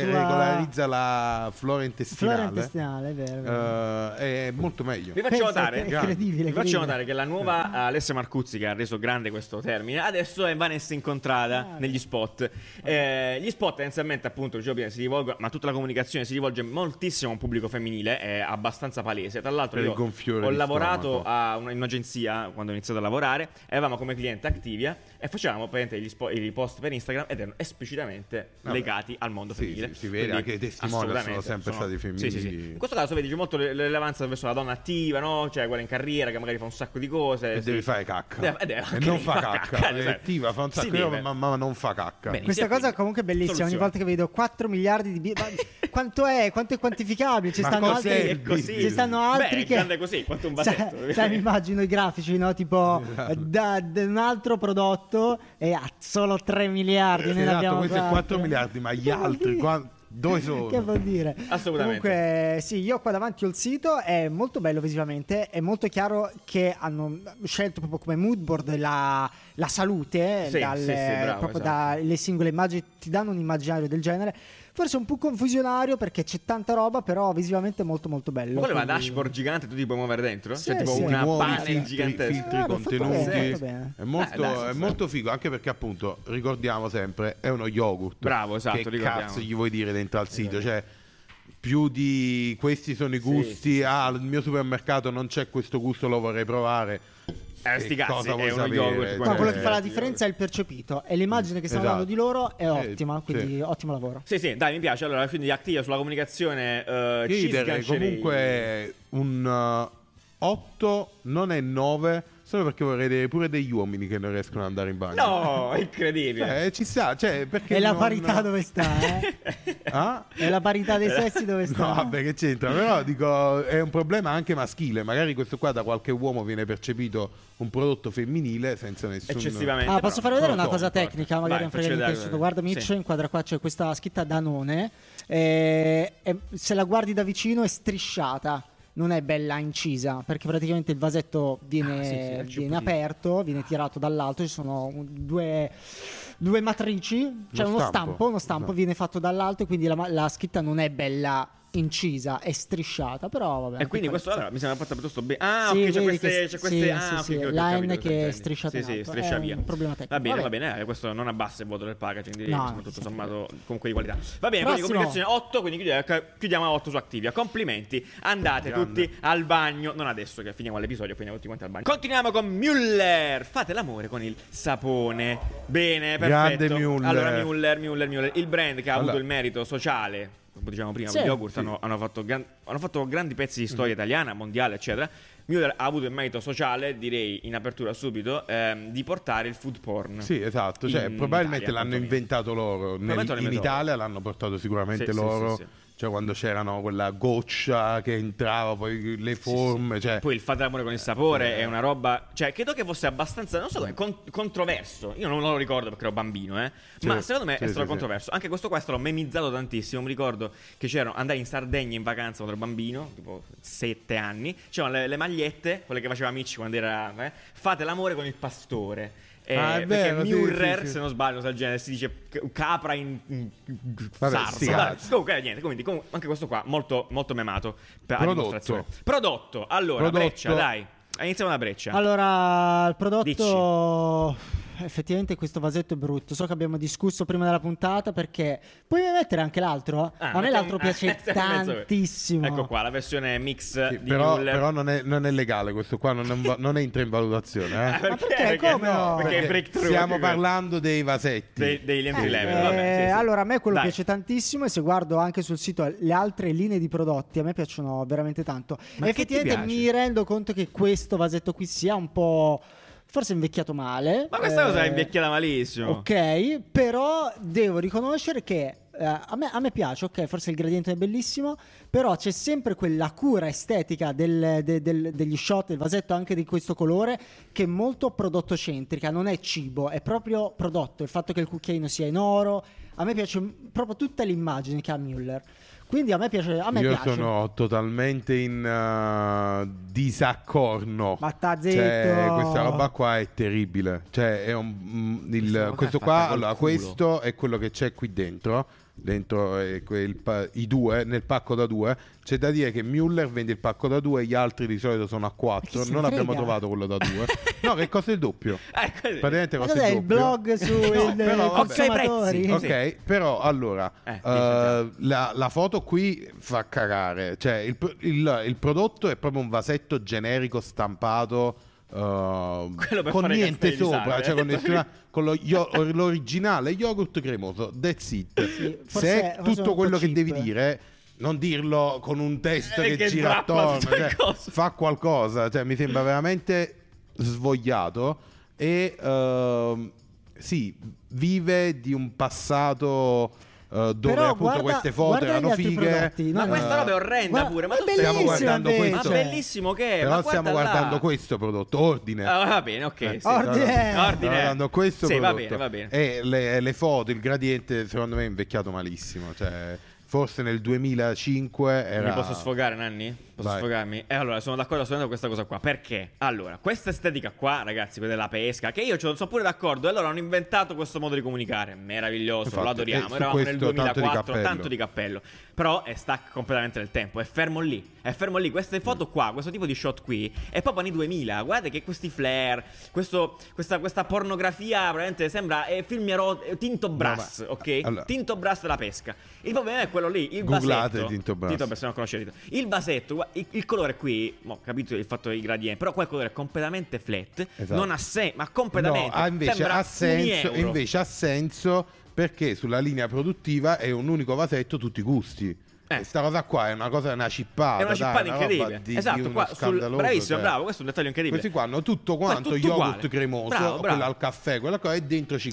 [SPEAKER 3] ti-
[SPEAKER 2] la tua-
[SPEAKER 3] regolarizza la flora intestinale,
[SPEAKER 2] Flora intestinale, è vero, è vero.
[SPEAKER 3] eh, è molto meglio.
[SPEAKER 1] Vi faccio
[SPEAKER 2] Pensa
[SPEAKER 1] notare,
[SPEAKER 2] che è incredibile,
[SPEAKER 1] vi faccio
[SPEAKER 2] incredibile.
[SPEAKER 1] notare che la nuova Alessia Marcuzzi, che ha reso grande questo termine, adesso è Vanessa Incontrada
[SPEAKER 2] Ah,
[SPEAKER 1] negli spot. Eh, gli spot, tendenzialmente, appunto, dicevo prima, si rivolgono, ma tutta la comunicazione si rivolge moltissimo a un pubblico femminile, è abbastanza palese. Tra l'altro,
[SPEAKER 3] Per il
[SPEAKER 1] io
[SPEAKER 3] gonfiore
[SPEAKER 1] ho
[SPEAKER 3] di
[SPEAKER 1] lavorato
[SPEAKER 3] stomaco.
[SPEAKER 1] a una- in un'agenzia quando ho iniziato a lavorare, e avevamo come cliente Activia e facevamo praticamente gli spo- i post per Instagram ed erano esplicitamente
[SPEAKER 3] Vabbè.
[SPEAKER 1] legati al mondo
[SPEAKER 3] Sì,
[SPEAKER 1] femminile.
[SPEAKER 3] sì, si vede anche i testimonial sono
[SPEAKER 1] assolutamente,
[SPEAKER 3] sempre stati femminili.
[SPEAKER 1] Sì, sì, sì. In questo caso vedi c'è molto le- l'elevanza verso la donna attiva, no? Cioè quella in carriera che magari fa un sacco di cose.
[SPEAKER 3] E
[SPEAKER 1] Eh, sì.
[SPEAKER 3] devi fare cacca.
[SPEAKER 1] Deve- eh, deve-
[SPEAKER 3] e
[SPEAKER 1] anche <laughs>
[SPEAKER 3] non
[SPEAKER 1] lei
[SPEAKER 3] fa cacca. È
[SPEAKER 1] cioè,
[SPEAKER 3] attiva, fa un
[SPEAKER 1] si
[SPEAKER 3] sacco di roba,
[SPEAKER 1] deve.
[SPEAKER 3] ma, ma non fa cacca.
[SPEAKER 1] Bene.
[SPEAKER 2] Questa
[SPEAKER 1] Sì,
[SPEAKER 2] cosa
[SPEAKER 1] quindi,
[SPEAKER 2] comunque è bellissima.
[SPEAKER 1] soluzione.
[SPEAKER 2] Ogni volta che vedo 4 miliardi di. bi-
[SPEAKER 1] <laughs>
[SPEAKER 2] ma quanto è? Quanto è quantificabile? Ci
[SPEAKER 3] Ma
[SPEAKER 2] stanno
[SPEAKER 3] cos'è
[SPEAKER 2] altri,
[SPEAKER 3] il bifidus?
[SPEAKER 2] ci stanno
[SPEAKER 1] Beh,
[SPEAKER 2] altri
[SPEAKER 1] è
[SPEAKER 2] che.
[SPEAKER 1] grande così, quanto
[SPEAKER 2] <laughs>
[SPEAKER 1] un vasetto,
[SPEAKER 2] Cioè, cioè, mi immagino i grafici, no? Tipo
[SPEAKER 3] Esatto.
[SPEAKER 2] da, da un altro prodotto e ha solo 3 miliardi.
[SPEAKER 3] Sì,
[SPEAKER 2] ne
[SPEAKER 3] esatto,
[SPEAKER 2] abbiamo
[SPEAKER 3] questo è 4
[SPEAKER 2] quattro.
[SPEAKER 3] miliardi, ma gli
[SPEAKER 2] Che vuol
[SPEAKER 3] altri
[SPEAKER 2] dire?
[SPEAKER 3] qua- dove sono?
[SPEAKER 2] Che vuol dire?
[SPEAKER 1] Assolutamente.
[SPEAKER 2] Comunque, sì, io qua davanti ho il sito, è molto bello visivamente, è molto chiaro che hanno scelto proprio come mood board la, la salute,
[SPEAKER 1] Sì,
[SPEAKER 2] dalle-
[SPEAKER 1] sì, sì, bravo,
[SPEAKER 2] proprio
[SPEAKER 1] esatto.
[SPEAKER 2] dalle singole immagini, ti danno un immaginario del genere. Forse un po' confusionario perché c'è tanta roba, però visivamente è molto molto bello.
[SPEAKER 1] Ma quello è una
[SPEAKER 2] quindi-
[SPEAKER 1] dashboard gigante, tu ti puoi muovere dentro?
[SPEAKER 2] Sì,
[SPEAKER 1] cioè, tipo
[SPEAKER 2] sì.
[SPEAKER 1] una
[SPEAKER 3] Ti muovi,
[SPEAKER 1] panel
[SPEAKER 3] filtri,
[SPEAKER 1] gigantesca.
[SPEAKER 3] filtri,
[SPEAKER 2] Ah, ma fatto
[SPEAKER 3] contenuti.
[SPEAKER 2] bene, fatto bene.
[SPEAKER 3] È molto,
[SPEAKER 1] Eh, dai, sì,
[SPEAKER 3] è
[SPEAKER 1] sì.
[SPEAKER 3] molto figo, anche perché appunto, ricordiamo sempre, è uno yogurt.
[SPEAKER 1] Bravo, esatto,
[SPEAKER 3] Che
[SPEAKER 1] ricordiamo. Esatto.
[SPEAKER 3] cazzo gli vuoi dire dentro al sito? Cioè, più di questi sono i gusti,
[SPEAKER 1] sì, sì,
[SPEAKER 3] ah, al mio supermercato non c'è questo gusto, lo vorrei provare.
[SPEAKER 1] Eh, sti
[SPEAKER 3] Che
[SPEAKER 1] cazzi,
[SPEAKER 3] cosa
[SPEAKER 1] è
[SPEAKER 3] vuoi
[SPEAKER 1] uno
[SPEAKER 3] sapere?
[SPEAKER 1] yogurt,
[SPEAKER 3] Cioè,
[SPEAKER 2] No, quello che fa la
[SPEAKER 1] Esatto.
[SPEAKER 2] differenza è il percepito e l'immagine che stiamo
[SPEAKER 3] Esatto.
[SPEAKER 2] dando di loro è
[SPEAKER 3] Eh,
[SPEAKER 2] ottima, quindi
[SPEAKER 3] sì.
[SPEAKER 2] ottimo lavoro.
[SPEAKER 1] Sì, sì, dai, mi piace. Allora, quindi attiva sulla comunicazione. eh,
[SPEAKER 3] Io
[SPEAKER 1] ci
[SPEAKER 3] gli darei
[SPEAKER 1] sgancerei.
[SPEAKER 3] comunque un eh, 8, non è 9, solo perché vorrei vedere pure degli uomini che non riescono ad andare in bagno.
[SPEAKER 1] No, incredibile.
[SPEAKER 3] Eh, ci sta, cioè, perché
[SPEAKER 2] E la
[SPEAKER 3] non-
[SPEAKER 2] parità dove sta, eh? <laughs>
[SPEAKER 3] Ah?
[SPEAKER 2] E la parità dei sessi dove sta?
[SPEAKER 3] No, vabbè, che c'entra, però dico, è un problema anche maschile. Magari questo qua da qualche uomo viene percepito un prodotto femminile senza nessun...
[SPEAKER 1] Eccessivamente.
[SPEAKER 2] Ah, posso fare vedere
[SPEAKER 3] non
[SPEAKER 2] una
[SPEAKER 3] so,
[SPEAKER 2] cosa
[SPEAKER 3] guarda.
[SPEAKER 2] tecnica? Magari
[SPEAKER 1] Vai,
[SPEAKER 2] non
[SPEAKER 1] facci
[SPEAKER 2] frega niente
[SPEAKER 1] vedere,
[SPEAKER 2] nessuno.
[SPEAKER 1] guarda.
[SPEAKER 2] Guarda Mitch,
[SPEAKER 1] Sì.
[SPEAKER 2] inquadra qua c'è questa scritta Danone. eh, e se la guardi da vicino è strisciata. Non è bella incisa perché praticamente il vasetto viene,
[SPEAKER 1] Ah, sì, sì, è il
[SPEAKER 2] viene
[SPEAKER 1] ciuppotino.
[SPEAKER 2] aperto, viene tirato dall'alto. Ci sono un- due, due matrici, cioè
[SPEAKER 3] Uno
[SPEAKER 2] uno
[SPEAKER 3] stampo.
[SPEAKER 2] stampo, uno stampo
[SPEAKER 3] Esatto.
[SPEAKER 2] viene fatto dall'alto. e Quindi la, ma- la scritta non è bella incisa, è strisciata. Però vabbè.
[SPEAKER 1] E quindi questo
[SPEAKER 2] piccolezza.
[SPEAKER 1] allora, mi sembra fatta piuttosto bene. Ah,
[SPEAKER 2] Sì,
[SPEAKER 1] ok, c'è
[SPEAKER 2] vedi
[SPEAKER 1] queste.
[SPEAKER 2] che-
[SPEAKER 1] c'è queste
[SPEAKER 2] sì,
[SPEAKER 1] ah,
[SPEAKER 2] sì,
[SPEAKER 1] ok,
[SPEAKER 2] sì,
[SPEAKER 1] ok, ho capito
[SPEAKER 2] la N
[SPEAKER 1] cosa
[SPEAKER 2] che
[SPEAKER 1] intendi.
[SPEAKER 2] è strisciata
[SPEAKER 1] Sì,
[SPEAKER 2] in
[SPEAKER 1] sì,
[SPEAKER 2] alto.
[SPEAKER 1] striscia
[SPEAKER 2] È
[SPEAKER 1] via.
[SPEAKER 2] un problema tecnico.
[SPEAKER 1] Va bene, va
[SPEAKER 2] Vabbè.
[SPEAKER 1] bene. eh, questo non abbassa il voto del cioè, packaging. direi
[SPEAKER 2] No,
[SPEAKER 1] che sono tutto
[SPEAKER 2] sì.
[SPEAKER 1] sommato comunque di qualità. Va bene, quindi
[SPEAKER 2] Prossimo.
[SPEAKER 1] comunicazione 8. Quindi chiudiamo, chiudiamo a 8 su Activia. Complimenti. Andate
[SPEAKER 3] Grande.
[SPEAKER 1] tutti al bagno. Non adesso che finiamo l'episodio, poi andiamo tutti quanti al bagno. Continuiamo con Müller. Fate l'amore con il sapone. Bene,
[SPEAKER 3] Grande
[SPEAKER 1] perfetto.
[SPEAKER 3] Müller.
[SPEAKER 1] Allora, Müller, Müller, Müller. Il brand che ha avuto
[SPEAKER 3] Allora.
[SPEAKER 1] il merito sociale. Come dicevamo prima,
[SPEAKER 2] Sì.
[SPEAKER 1] con gli yogurt hanno, hanno fatto gran- hanno fatto grandi pezzi di
[SPEAKER 3] Mhm.
[SPEAKER 1] storia italiana, mondiale, eccetera. Müller ha avuto il merito sociale, direi in apertura subito, ehm, di portare il food porn.
[SPEAKER 3] Sì, esatto, cioè,
[SPEAKER 1] In
[SPEAKER 3] probabilmente
[SPEAKER 1] Italia,
[SPEAKER 3] l'hanno
[SPEAKER 1] appunto.
[SPEAKER 3] inventato loro, Nel-
[SPEAKER 1] Probabilmente
[SPEAKER 3] in
[SPEAKER 1] l'hanno inventato
[SPEAKER 3] Italia l'hanno portato sicuramente
[SPEAKER 1] Sì, sì,
[SPEAKER 3] loro,
[SPEAKER 1] sì, sì.
[SPEAKER 3] Cioè quando c'erano quella goccia che entrava, poi le forme, cioè...
[SPEAKER 1] Poi il fate l'amore con il sapore è una roba. Cioè, credo che fosse abbastanza. Non so come. con- controverso. Io non lo ricordo perché ero bambino, eh. Ma
[SPEAKER 3] Sì,
[SPEAKER 1] secondo me
[SPEAKER 3] sì,
[SPEAKER 1] è
[SPEAKER 3] sì,
[SPEAKER 1] stato
[SPEAKER 3] sì.
[SPEAKER 1] controverso. Anche questo qua è stato memizzato tantissimo. Mi ricordo che c'erano. Andai in Sardegna in vacanza quando ero bambino, tipo 7 anni. C'erano le, le magliette, quelle che faceva Amici quando era. eh, Fate l'amore con il pastore. Eh,
[SPEAKER 3] Ah, è vero, sì,
[SPEAKER 1] perché Murrer,
[SPEAKER 3] sì, sì.
[SPEAKER 1] se non sbaglio, cosa del genere, si dice c- capra in, in in-
[SPEAKER 3] Vabbè,
[SPEAKER 1] sarsa.
[SPEAKER 3] sti
[SPEAKER 1] Vabbè,
[SPEAKER 3] cazzi.
[SPEAKER 1] Comunque, eh, niente, quindi, comunque, anche questo qua molto, molto memato. per- a
[SPEAKER 3] Prodotto.
[SPEAKER 1] dimostrazione. Prodotto. Allora,
[SPEAKER 3] Prodotto.
[SPEAKER 1] Breccia, dai. Eh, Iniziamo da Breccia.
[SPEAKER 2] Allora, il prodotto. Effettivamente questo vasetto è brutto. So che abbiamo discusso prima della puntata perché. Puoi mettere anche l'altro? eh?
[SPEAKER 1] Ah,
[SPEAKER 2] a me
[SPEAKER 1] mettiamo-
[SPEAKER 2] l'altro
[SPEAKER 1] <laughs>
[SPEAKER 2] piace
[SPEAKER 1] mettiamo in mezzo questo.
[SPEAKER 2] tantissimo.
[SPEAKER 1] Ecco qua, la versione mix
[SPEAKER 3] Sì,
[SPEAKER 1] eh, di
[SPEAKER 3] però
[SPEAKER 1] Null. <laughs>
[SPEAKER 3] però non, è, non è legale questo qua, non, non va- non entra in valutazione.
[SPEAKER 1] Ah,
[SPEAKER 3] eh.
[SPEAKER 2] Ma perché? Come no?
[SPEAKER 1] <laughs> Perché è breakthrough.
[SPEAKER 3] stiamo
[SPEAKER 1] dico,
[SPEAKER 3] parlando dei vasetti.
[SPEAKER 1] Dei, degli entry
[SPEAKER 2] Eh,
[SPEAKER 1] level.
[SPEAKER 2] eh,
[SPEAKER 1] vabbè, sì, sì.
[SPEAKER 2] Allora, a me quello
[SPEAKER 1] Dai.
[SPEAKER 2] piace tantissimo. E se guardo anche sul sito le altre linee di prodotti, a me piacciono veramente tanto.
[SPEAKER 1] Ma
[SPEAKER 2] E
[SPEAKER 1] che ti
[SPEAKER 2] effettivamente
[SPEAKER 1] piace?
[SPEAKER 2] mi rendo conto che questo vasetto qui sia un po'. Forse invecchiato male.
[SPEAKER 1] Ma questa cosa è
[SPEAKER 2] eh,
[SPEAKER 1] invecchiata malissimo.
[SPEAKER 2] Ok, però devo riconoscere che eh, a, me, a me piace, ok, forse il gradiente è bellissimo, però c'è sempre quella cura estetica del- de- del- degli shot, del vasetto anche di questo colore, che è molto prodotto centrica, non è cibo, è proprio prodotto, il fatto che il cucchiaino sia in oro, a me piace m- proprio tutta l'immagine che ha Müller. Quindi a me piace... A me
[SPEAKER 3] Io
[SPEAKER 2] piace.
[SPEAKER 3] sono totalmente in eh, disaccordo.
[SPEAKER 2] Ma sta
[SPEAKER 3] Cioè,
[SPEAKER 2] zitto.
[SPEAKER 3] questa roba qua è terribile. Cioè, è un- mm, il-
[SPEAKER 1] Questa roba
[SPEAKER 3] questo
[SPEAKER 1] qua è fatta
[SPEAKER 3] qua,
[SPEAKER 1] col
[SPEAKER 3] allora,
[SPEAKER 1] culo.
[SPEAKER 3] questo è quello che c'è qui dentro. Dentro eh, quel pa- i due, nel pacco da due, c'è da dire che Müller vende il pacco da due, gli altri di solito sono a
[SPEAKER 2] Ma
[SPEAKER 3] quattro.
[SPEAKER 2] chi se
[SPEAKER 3] Non
[SPEAKER 2] ne
[SPEAKER 3] abbiamo
[SPEAKER 2] frega?
[SPEAKER 3] trovato quello da
[SPEAKER 2] <laughs>
[SPEAKER 3] due, no? Che cosa è il doppio?
[SPEAKER 1] Eh, così.
[SPEAKER 3] Praticamente
[SPEAKER 2] Ma
[SPEAKER 3] costa
[SPEAKER 2] cos'è il
[SPEAKER 3] doppio.
[SPEAKER 2] blog su
[SPEAKER 3] <laughs> No,
[SPEAKER 2] il-
[SPEAKER 3] però
[SPEAKER 2] i
[SPEAKER 3] vabbè.
[SPEAKER 2] consumatori?
[SPEAKER 1] Ok,
[SPEAKER 3] Ok,
[SPEAKER 1] Sì.
[SPEAKER 3] però allora
[SPEAKER 1] Eh,
[SPEAKER 3] eh, la, la foto qui fa cagare. Cioè, il, pro- il- il prodotto è proprio un vasetto generico stampato. eh,
[SPEAKER 1] per
[SPEAKER 3] con
[SPEAKER 1] fare i
[SPEAKER 3] niente
[SPEAKER 1] castelli di
[SPEAKER 3] sopra,
[SPEAKER 1] sale. <laughs>
[SPEAKER 3] cioè con, nessuna- con lo yo- l'originale yogurt cremoso. That's it.
[SPEAKER 2] Sì, forse-
[SPEAKER 3] Se
[SPEAKER 2] forse
[SPEAKER 3] è
[SPEAKER 2] un
[SPEAKER 3] tutto
[SPEAKER 2] po'
[SPEAKER 3] quello che
[SPEAKER 2] cheap.
[SPEAKER 3] devi dire. eh. Non dirlo con un testo
[SPEAKER 1] Eh,
[SPEAKER 3] che,
[SPEAKER 1] che
[SPEAKER 3] gira
[SPEAKER 1] drappa
[SPEAKER 3] attorno,
[SPEAKER 1] sta
[SPEAKER 3] cioè,
[SPEAKER 1] cosa.
[SPEAKER 3] fa qualcosa, cioè, mi sembra veramente svogliato e ehm, sì, vive di un passato eh, dove
[SPEAKER 2] Però
[SPEAKER 3] appunto
[SPEAKER 2] guarda-
[SPEAKER 3] queste foto
[SPEAKER 2] guarda gli
[SPEAKER 3] erano
[SPEAKER 2] altri
[SPEAKER 3] fighe.
[SPEAKER 2] prodotti,
[SPEAKER 1] Ma
[SPEAKER 2] no?
[SPEAKER 1] questa
[SPEAKER 3] Eh,
[SPEAKER 1] roba è orrenda
[SPEAKER 2] Guarda-
[SPEAKER 1] pure. Ma
[SPEAKER 2] è
[SPEAKER 1] tu stai-
[SPEAKER 3] stiamo
[SPEAKER 2] bellissima
[SPEAKER 3] guardando
[SPEAKER 2] invece.
[SPEAKER 1] Ma
[SPEAKER 3] questo.
[SPEAKER 1] bellissimo che è.
[SPEAKER 3] Però
[SPEAKER 1] ma
[SPEAKER 3] stiamo
[SPEAKER 1] guarda là.
[SPEAKER 3] guardando questo prodotto, ordine. Eh,
[SPEAKER 1] Ah, va bene, ok. sì.
[SPEAKER 2] Ordine.
[SPEAKER 3] stiamo
[SPEAKER 1] Ordine.
[SPEAKER 3] guardando questo
[SPEAKER 1] Sì, va
[SPEAKER 3] prodotto.
[SPEAKER 1] bene, va bene.
[SPEAKER 3] E le, le foto, il gradiente, secondo me è invecchiato malissimo. Cioè, forse nel 2005 era...
[SPEAKER 1] Mi posso sfogare, Nanni? Posso
[SPEAKER 3] Vai.
[SPEAKER 1] sfogarmi? Eh, allora, sono d'accordo assolutamente con questa cosa qua. Perché? Allora, questa estetica qua, ragazzi, quella della pesca, che io ci sono pure d'accordo, e loro hanno inventato questo modo di comunicare. Meraviglioso,
[SPEAKER 3] Infatti,
[SPEAKER 1] lo
[SPEAKER 3] e
[SPEAKER 1] adoriamo.
[SPEAKER 3] su
[SPEAKER 1] Eravamo nel
[SPEAKER 3] questo tanto di
[SPEAKER 1] 2004,
[SPEAKER 3] cappello.
[SPEAKER 1] tanto di cappello. Però è stacca completamente nel tempo, è fermo lì. È fermo lì. Queste
[SPEAKER 3] Mm.
[SPEAKER 1] foto qua, questo tipo di shot qui, è proprio anni 2000. Guardate che questi flare, questo- questa, questa pornografia, veramente sembra eh, film ero- eh, tinto brass,
[SPEAKER 3] ma-
[SPEAKER 1] ok?
[SPEAKER 3] allora-
[SPEAKER 1] Tinto brass della pesca. Il problema è quello lì, il
[SPEAKER 3] Googlate
[SPEAKER 1] vasetto-
[SPEAKER 3] tinto brass.
[SPEAKER 1] Tinto brass se non conosce il Il vasetto, gua- il, il colore qui, ho capito il fatto dei gradienti, però qua il colore è completamente flat,
[SPEAKER 3] Esatto.
[SPEAKER 1] non ha senso, ma
[SPEAKER 3] No,
[SPEAKER 1] completamente.
[SPEAKER 3] ha invece,
[SPEAKER 1] sembra
[SPEAKER 3] ha
[SPEAKER 1] un
[SPEAKER 3] senso,
[SPEAKER 1] euro.
[SPEAKER 3] invece ha senso perché sulla linea produttiva è un unico vasetto tutti i gusti.
[SPEAKER 1] Eh.
[SPEAKER 3] Questa cosa qua è una cosa, una cippata.
[SPEAKER 1] È una
[SPEAKER 3] dai,
[SPEAKER 1] cippata
[SPEAKER 3] roba
[SPEAKER 1] incredibile.
[SPEAKER 3] di- di
[SPEAKER 1] esatto,
[SPEAKER 3] uno
[SPEAKER 1] qua sul-
[SPEAKER 3] scandaloso,
[SPEAKER 1] bravissimo,
[SPEAKER 3] cioè.
[SPEAKER 1] bravo, questo è un dettaglio incredibile.
[SPEAKER 3] Questi qua hanno tutto quanto
[SPEAKER 1] tutto
[SPEAKER 3] yogurt
[SPEAKER 1] uguale.
[SPEAKER 3] cremoso,
[SPEAKER 1] Bravo, bravo.
[SPEAKER 3] quello al caffè, quella cosa, e dentro ci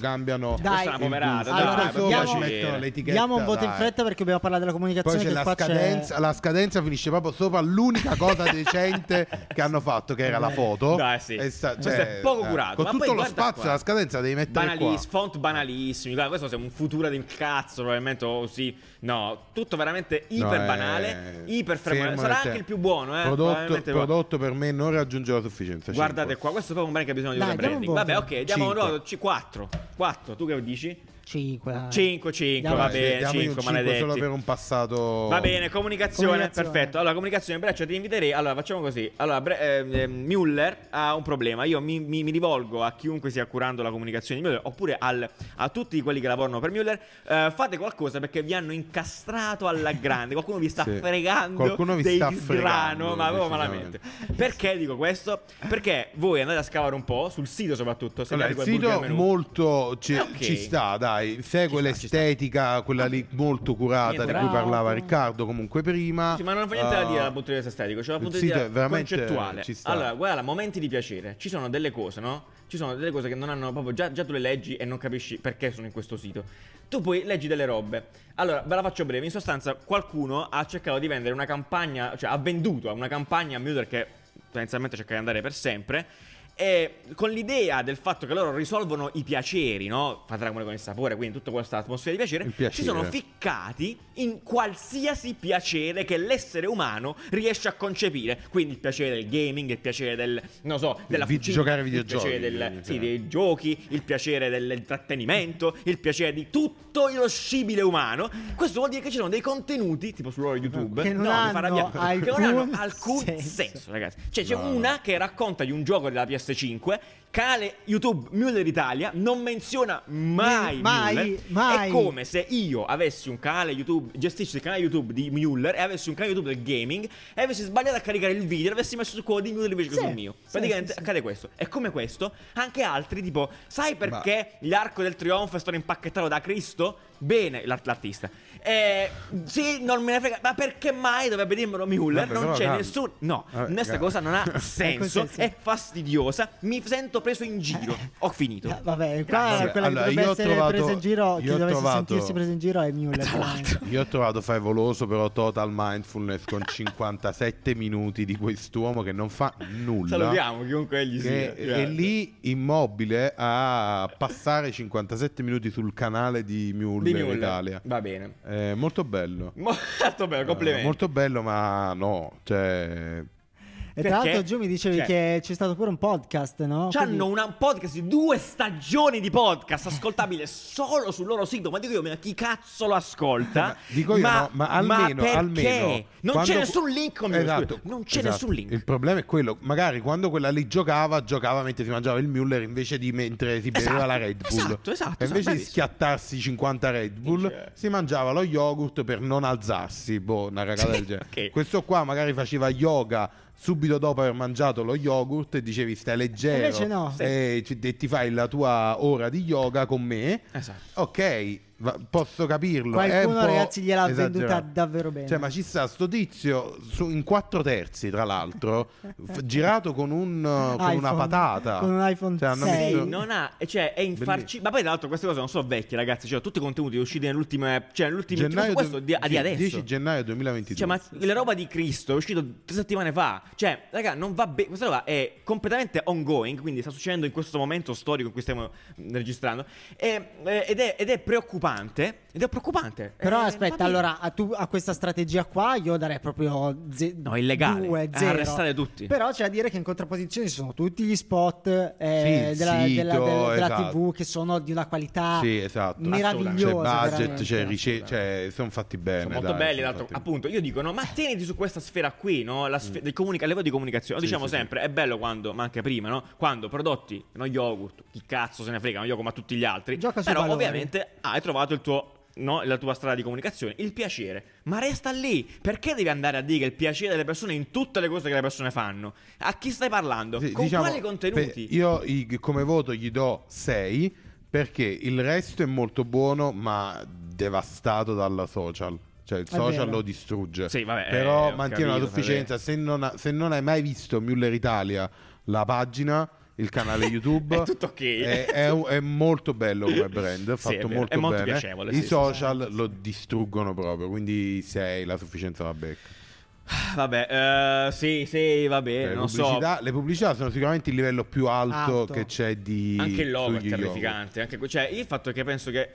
[SPEAKER 2] Dai.
[SPEAKER 3] cambiano. il
[SPEAKER 2] Questa è una
[SPEAKER 1] poverata,
[SPEAKER 3] gusto.
[SPEAKER 2] dai,
[SPEAKER 3] Allora,
[SPEAKER 2] dai,
[SPEAKER 3] sopra
[SPEAKER 2] diamo-
[SPEAKER 3] ci mettono l'etichetta.
[SPEAKER 2] Diamo un voto in
[SPEAKER 3] dai.
[SPEAKER 2] fretta perché dobbiamo parlare della comunicazione
[SPEAKER 3] Poi c'è
[SPEAKER 2] che
[SPEAKER 3] la
[SPEAKER 2] qua c'è-
[SPEAKER 3] scadenza, la scadenza finisce proprio sopra l'unica cosa
[SPEAKER 1] <laughs>
[SPEAKER 3] decente che hanno fatto, che era la foto.
[SPEAKER 1] Dai, Eh, sì.
[SPEAKER 3] E sta-
[SPEAKER 1] Questo
[SPEAKER 3] cioè,
[SPEAKER 1] è poco
[SPEAKER 3] eh,
[SPEAKER 1] curato.
[SPEAKER 3] Con
[SPEAKER 1] Ma
[SPEAKER 3] tutto
[SPEAKER 1] poi
[SPEAKER 3] lo
[SPEAKER 1] guarda
[SPEAKER 3] spazio,
[SPEAKER 1] qua.
[SPEAKER 3] la scadenza devi mettere
[SPEAKER 1] Banalis-
[SPEAKER 3] qua.
[SPEAKER 1] font banalissimi, guarda, questo è un futuro di un cazzo, probabilmente. O sì, no, tutto veramente
[SPEAKER 3] No,
[SPEAKER 1] iper
[SPEAKER 3] è-
[SPEAKER 1] banale, iper
[SPEAKER 3] fermo
[SPEAKER 1] frequente.
[SPEAKER 3] nel
[SPEAKER 1] Sarà
[SPEAKER 3] te-
[SPEAKER 1] anche il più buono, eh?
[SPEAKER 3] Prodotto,
[SPEAKER 1] probabilmente buono.
[SPEAKER 3] prodotto per me non raggiunge la sufficienza.
[SPEAKER 1] Guardate
[SPEAKER 3] cinque.
[SPEAKER 1] qua, questo è proprio un brand che ha bisogno di
[SPEAKER 2] Dai,
[SPEAKER 1] un
[SPEAKER 2] diamo un
[SPEAKER 1] branding.
[SPEAKER 2] voto.
[SPEAKER 1] Vabbè, ok, diamo un
[SPEAKER 3] Cinque.
[SPEAKER 1] voto. C- 4. 4, tu che dici?
[SPEAKER 2] 5
[SPEAKER 1] 5, 5,
[SPEAKER 2] Diamo-
[SPEAKER 1] va
[SPEAKER 3] Dai,
[SPEAKER 1] bene,
[SPEAKER 3] diamogli un
[SPEAKER 1] 5,
[SPEAKER 3] cinque solo per
[SPEAKER 1] maledetti.
[SPEAKER 3] un passato.
[SPEAKER 1] Va bene, comunicazione,
[SPEAKER 2] Comunicazione.
[SPEAKER 1] perfetto. Allora, comunicazione, Breccia, ti inviterei. Allora, facciamo così. Allora, Bre- ehm, ehm, Müller ha un problema. Io mi, mi- mi rivolgo a chiunque stia curando la comunicazione di Müller, oppure al- a tutti quelli che lavorano per Müller. Eh, fate qualcosa perché vi hanno incastrato alla grande. Qualcuno vi sta
[SPEAKER 3] Sì.
[SPEAKER 1] fregando
[SPEAKER 3] Qualcuno vi
[SPEAKER 1] dei
[SPEAKER 3] sta
[SPEAKER 1] grano,
[SPEAKER 3] fregando,
[SPEAKER 1] ma proprio malamente.
[SPEAKER 3] decisamente.
[SPEAKER 1] Perché dico questo? Perché voi andate a scavare un po' sul sito soprattutto. se
[SPEAKER 3] Allora, il
[SPEAKER 1] andate col
[SPEAKER 3] sito
[SPEAKER 1] Burger Menu.
[SPEAKER 3] molto ci,
[SPEAKER 1] Eh, ok.
[SPEAKER 3] ci sta, dai, fai? Segue
[SPEAKER 1] Ci sta, ci sta.
[SPEAKER 3] l'estetica, quella lì molto curata
[SPEAKER 1] Niente,
[SPEAKER 3] di cui
[SPEAKER 2] bravo.
[SPEAKER 3] parlava Riccardo comunque prima.
[SPEAKER 1] Sì, ma non fa niente da
[SPEAKER 3] Eh,
[SPEAKER 1] dire dal punto di vista estetico, cioè dal
[SPEAKER 3] il
[SPEAKER 1] punto di
[SPEAKER 3] sito
[SPEAKER 1] vista
[SPEAKER 3] è veramente-
[SPEAKER 1] concettuale.
[SPEAKER 3] ci sta.
[SPEAKER 1] Allora, guarda, momenti di piacere. Ci sono delle cose, no? Ci sono delle cose che non hanno proprio già, già tu le leggi e non capisci perché sono in questo sito. Tu poi leggi delle robe. Allora, ve la faccio breve. In sostanza, qualcuno ha cercato di vendere una campagna, cioè ha venduto a una campagna a Muter che tendenzialmente cerca di andare per sempre. E con l'idea del fatto che loro risolvono i piaceri, no? Fatela come con il sapore, quindi tutta questa atmosfera di piacere,
[SPEAKER 3] Il piacere.
[SPEAKER 1] ci sono ficcati in qualsiasi piacere che l'essere umano riesce a concepire. Quindi il piacere del gaming, il piacere del non so, della
[SPEAKER 3] vi-
[SPEAKER 1] cucina,
[SPEAKER 3] giocare ai
[SPEAKER 1] il piacere
[SPEAKER 3] videogiochi,
[SPEAKER 1] del-
[SPEAKER 3] quindi,
[SPEAKER 1] sì,
[SPEAKER 3] cioè.
[SPEAKER 1] dei giochi, il piacere dell'intrattenimento, il piacere di tutto lo scibile umano. Questo vuol dire che ci sono dei contenuti, tipo su loro YouTube,
[SPEAKER 2] Che non
[SPEAKER 1] no, mi
[SPEAKER 2] hanno
[SPEAKER 1] fa arrabbiare, che non hanno
[SPEAKER 2] alcun
[SPEAKER 3] <laughs>
[SPEAKER 1] alcun senso.
[SPEAKER 2] senso.
[SPEAKER 1] ragazzi. Cioè, c'è
[SPEAKER 3] No, no.
[SPEAKER 1] una che racconta di un gioco della PS5, canale YouTube Muller Italia, non menziona mai,
[SPEAKER 2] Ne- mai,
[SPEAKER 1] Müller.
[SPEAKER 2] mai.
[SPEAKER 1] È come se io avessi un canale YouTube, gestissi il canale YouTube di Mueller e avessi un canale YouTube del gaming e avessi sbagliato a caricare il video, l'avessi messo su quello di Mueller invece che
[SPEAKER 2] Sì,
[SPEAKER 1] sul mio.
[SPEAKER 2] sì,
[SPEAKER 1] Praticamente
[SPEAKER 2] sì, sì.
[SPEAKER 1] accade questo. E come questo, anche altri, tipo, sai perché l'arco del trionfo è stato impacchettato da Cristo? Bene, l'art- l'artista. Eh, sì, non me ne frega, ma perché mai dovrebbe dirmelo Mueller?
[SPEAKER 3] Vabbè,
[SPEAKER 1] non
[SPEAKER 3] però
[SPEAKER 1] c'è
[SPEAKER 3] calma.
[SPEAKER 1] nessuno. No,
[SPEAKER 2] Eh,
[SPEAKER 3] Vabbè,
[SPEAKER 1] questa
[SPEAKER 3] calma.
[SPEAKER 1] cosa non
[SPEAKER 2] <laughs>
[SPEAKER 1] ha
[SPEAKER 2] Ecco,
[SPEAKER 1] senso,
[SPEAKER 2] senso.
[SPEAKER 1] è fastidiosa, mi sento preso in giro. Ho finito.
[SPEAKER 2] Ah, Vabbè,
[SPEAKER 1] Grazie.
[SPEAKER 2] qua
[SPEAKER 3] Vabbè,
[SPEAKER 2] quella
[SPEAKER 3] allora,
[SPEAKER 2] che
[SPEAKER 3] io
[SPEAKER 2] dovrebbe
[SPEAKER 3] ho
[SPEAKER 2] essere
[SPEAKER 3] trovato-
[SPEAKER 2] presa in giro, chi
[SPEAKER 3] io ho
[SPEAKER 2] dovesse
[SPEAKER 3] trovato-
[SPEAKER 2] sentirsi presa in giro è Mueller.
[SPEAKER 1] Tra
[SPEAKER 2] veramente.
[SPEAKER 3] Io ho trovato favoloso però Total Mindfulness con 57 minuti di quest'uomo che non fa nulla.
[SPEAKER 1] Salutiamo chiunque egli
[SPEAKER 3] Che
[SPEAKER 1] sia.
[SPEAKER 3] è lì immobile a passare 57 minuti sul canale di
[SPEAKER 1] di
[SPEAKER 3] Mule in
[SPEAKER 1] Müller.
[SPEAKER 3] Italia.
[SPEAKER 1] Va bene.
[SPEAKER 3] È molto bello.
[SPEAKER 1] <laughs> Molto bello, complimenti.
[SPEAKER 3] Eh, molto bello, ma no, cioè
[SPEAKER 2] E tra
[SPEAKER 1] Perché?
[SPEAKER 2] l'altro Giù mi dicevi
[SPEAKER 1] Cioè-
[SPEAKER 2] che c'è stato pure un podcast, no?
[SPEAKER 1] C'hanno un podcast di due stagioni di podcast ascoltabile solo sul loro sito. Ma dico io, ma chi cazzo lo ascolta?
[SPEAKER 3] Eh, Dico io no, ma almeno,
[SPEAKER 1] perché?
[SPEAKER 3] almeno
[SPEAKER 1] non
[SPEAKER 3] quando-
[SPEAKER 1] c'è nessun link come
[SPEAKER 3] Esatto,
[SPEAKER 1] Non c'è
[SPEAKER 3] esatto.
[SPEAKER 1] nessun link.
[SPEAKER 3] Il problema è quello, magari quando quella lì giocava, giocava mentre si mangiava il Müller invece di mentre si beveva
[SPEAKER 1] Esatto,
[SPEAKER 3] la Red Bull.
[SPEAKER 1] esatto, esatto, esatto,
[SPEAKER 3] E invece di
[SPEAKER 1] bravissimo. Eh, certo.
[SPEAKER 3] schiattarsi 50 Red Bull,
[SPEAKER 1] Dice-
[SPEAKER 3] si mangiava lo yogurt per non alzarsi, boh, una cagata
[SPEAKER 1] Sì,
[SPEAKER 3] del genere.
[SPEAKER 1] ok.
[SPEAKER 3] Questo qua magari faceva yoga subito dopo aver mangiato lo yogurt e dicevi stai leggero
[SPEAKER 2] Invece no.
[SPEAKER 3] e ci- e ti fai la tua ora di yoga con me.
[SPEAKER 1] Esatto.
[SPEAKER 3] Ok, va- posso capirlo. è un
[SPEAKER 2] Qualcuno,
[SPEAKER 3] po'
[SPEAKER 2] ragazzi, gliel'ha venduta
[SPEAKER 3] esagerato.
[SPEAKER 2] davvero bene.
[SPEAKER 3] Cioè, ma ci sta sto tizio su- in quattro terzi, tra l'altro, f- girato con, un, eh, con una
[SPEAKER 2] iPhone.
[SPEAKER 3] patata.
[SPEAKER 2] Con un iPhone
[SPEAKER 3] Cioè, hanno
[SPEAKER 1] Sì,
[SPEAKER 2] 6.
[SPEAKER 3] messo-
[SPEAKER 1] non ha, cioè è infarci. Ma poi, tra l'altro, queste cose non sono vecchie, ragazzi. Cioè, tutti i contenuti usciti nell'ultima. Cioè, nell'ultimo.
[SPEAKER 3] Gennaio
[SPEAKER 1] questo
[SPEAKER 3] du-
[SPEAKER 1] di, di
[SPEAKER 3] sì,
[SPEAKER 1] adesso.
[SPEAKER 3] 10 gennaio 2022.
[SPEAKER 1] Cioè, ma la roba di Cristo è uscito tre settimane fa. Cioè, raga, non va bene. Questa roba è completamente ongoing, quindi sta succedendo in questo momento storico in cui stiamo mm, registrando. E- eh, ed, è, ed è preoccupante. Ed è preoccupante.
[SPEAKER 2] Però
[SPEAKER 1] Eh, va
[SPEAKER 2] aspetta,
[SPEAKER 1] bene.
[SPEAKER 2] allora a, tu- a questa strategia qua io darei proprio ze-
[SPEAKER 1] No, illegale.
[SPEAKER 2] due,
[SPEAKER 1] Eh,
[SPEAKER 2] zero.
[SPEAKER 1] arrestare tutti.
[SPEAKER 2] Però c'è da dire che in contrapposizione ci sono tutti gli spot eh,
[SPEAKER 3] Sì,
[SPEAKER 2] della,
[SPEAKER 3] sito,
[SPEAKER 2] della- della- della
[SPEAKER 3] esatto.
[SPEAKER 2] TV che sono di una qualità
[SPEAKER 3] Sì, esatto.
[SPEAKER 2] meravigliosa.
[SPEAKER 3] C'è budget,
[SPEAKER 2] veramente.
[SPEAKER 3] c'è ricerca, cioè, sono fatti bene.
[SPEAKER 1] Sono molto
[SPEAKER 3] dai,
[SPEAKER 1] belli,
[SPEAKER 3] sono
[SPEAKER 1] l'altro-
[SPEAKER 3] fatti-
[SPEAKER 1] appunto. Io dico, no, ma teniti su questa sfera qui, no? La sfe- del comunica- a livello di comunicazione. Lo
[SPEAKER 3] Mm. Sì,
[SPEAKER 1] diciamo
[SPEAKER 3] sì,
[SPEAKER 1] sempre, è bello quando, ma anche prima, no? Quando prodotti, no yogurt, chi cazzo se ne frega, no yogurt, ma tutti gli altri.
[SPEAKER 2] Gioca sui
[SPEAKER 1] Però
[SPEAKER 2] valori.
[SPEAKER 1] ovviamente ah, hai trovato il tuo... no? la tua strada di comunicazione, il piacere, ma resta lì. Perché devi andare a dire che il piacere delle persone in tutte le cose che le persone fanno? A chi stai parlando?
[SPEAKER 3] Sì,
[SPEAKER 1] Con
[SPEAKER 3] diciamo,
[SPEAKER 1] quali contenuti?
[SPEAKER 3] per- io i- come voto gli do 6 perché il resto è molto buono ma devastato dalla social. Cioè il
[SPEAKER 2] È
[SPEAKER 3] social
[SPEAKER 2] vero.
[SPEAKER 3] lo distrugge.
[SPEAKER 1] Sì, vabbè,
[SPEAKER 3] Però
[SPEAKER 1] eh, ho
[SPEAKER 3] mantiene la
[SPEAKER 1] capito,
[SPEAKER 3] sufficienza. Se non, ha- se non hai mai visto Müller Italia, la pagina,
[SPEAKER 1] <laughs>
[SPEAKER 3] il canale YouTube...
[SPEAKER 1] È tutto ok.
[SPEAKER 3] È, è un- è molto bello come brand,
[SPEAKER 1] Sì,
[SPEAKER 3] fatto
[SPEAKER 1] è vero,
[SPEAKER 3] molto,
[SPEAKER 1] è molto
[SPEAKER 3] bene.
[SPEAKER 1] piacevole,
[SPEAKER 3] I
[SPEAKER 1] sì, sì,
[SPEAKER 3] social lo distruggono proprio, quindi 6 la sufficienza la becca.
[SPEAKER 1] Ah, Vabbè, eh, sì, sì, va
[SPEAKER 3] Cioè,
[SPEAKER 1] bene,
[SPEAKER 3] le,
[SPEAKER 1] non so.
[SPEAKER 3] pubblicità, le pubblicità sono sicuramente il livello più alto,
[SPEAKER 2] Alto.
[SPEAKER 3] che c'è di
[SPEAKER 1] Anche il logo è
[SPEAKER 3] sugli yogurt.
[SPEAKER 1] terrificante. Anche, que- cioè, il fatto è che penso che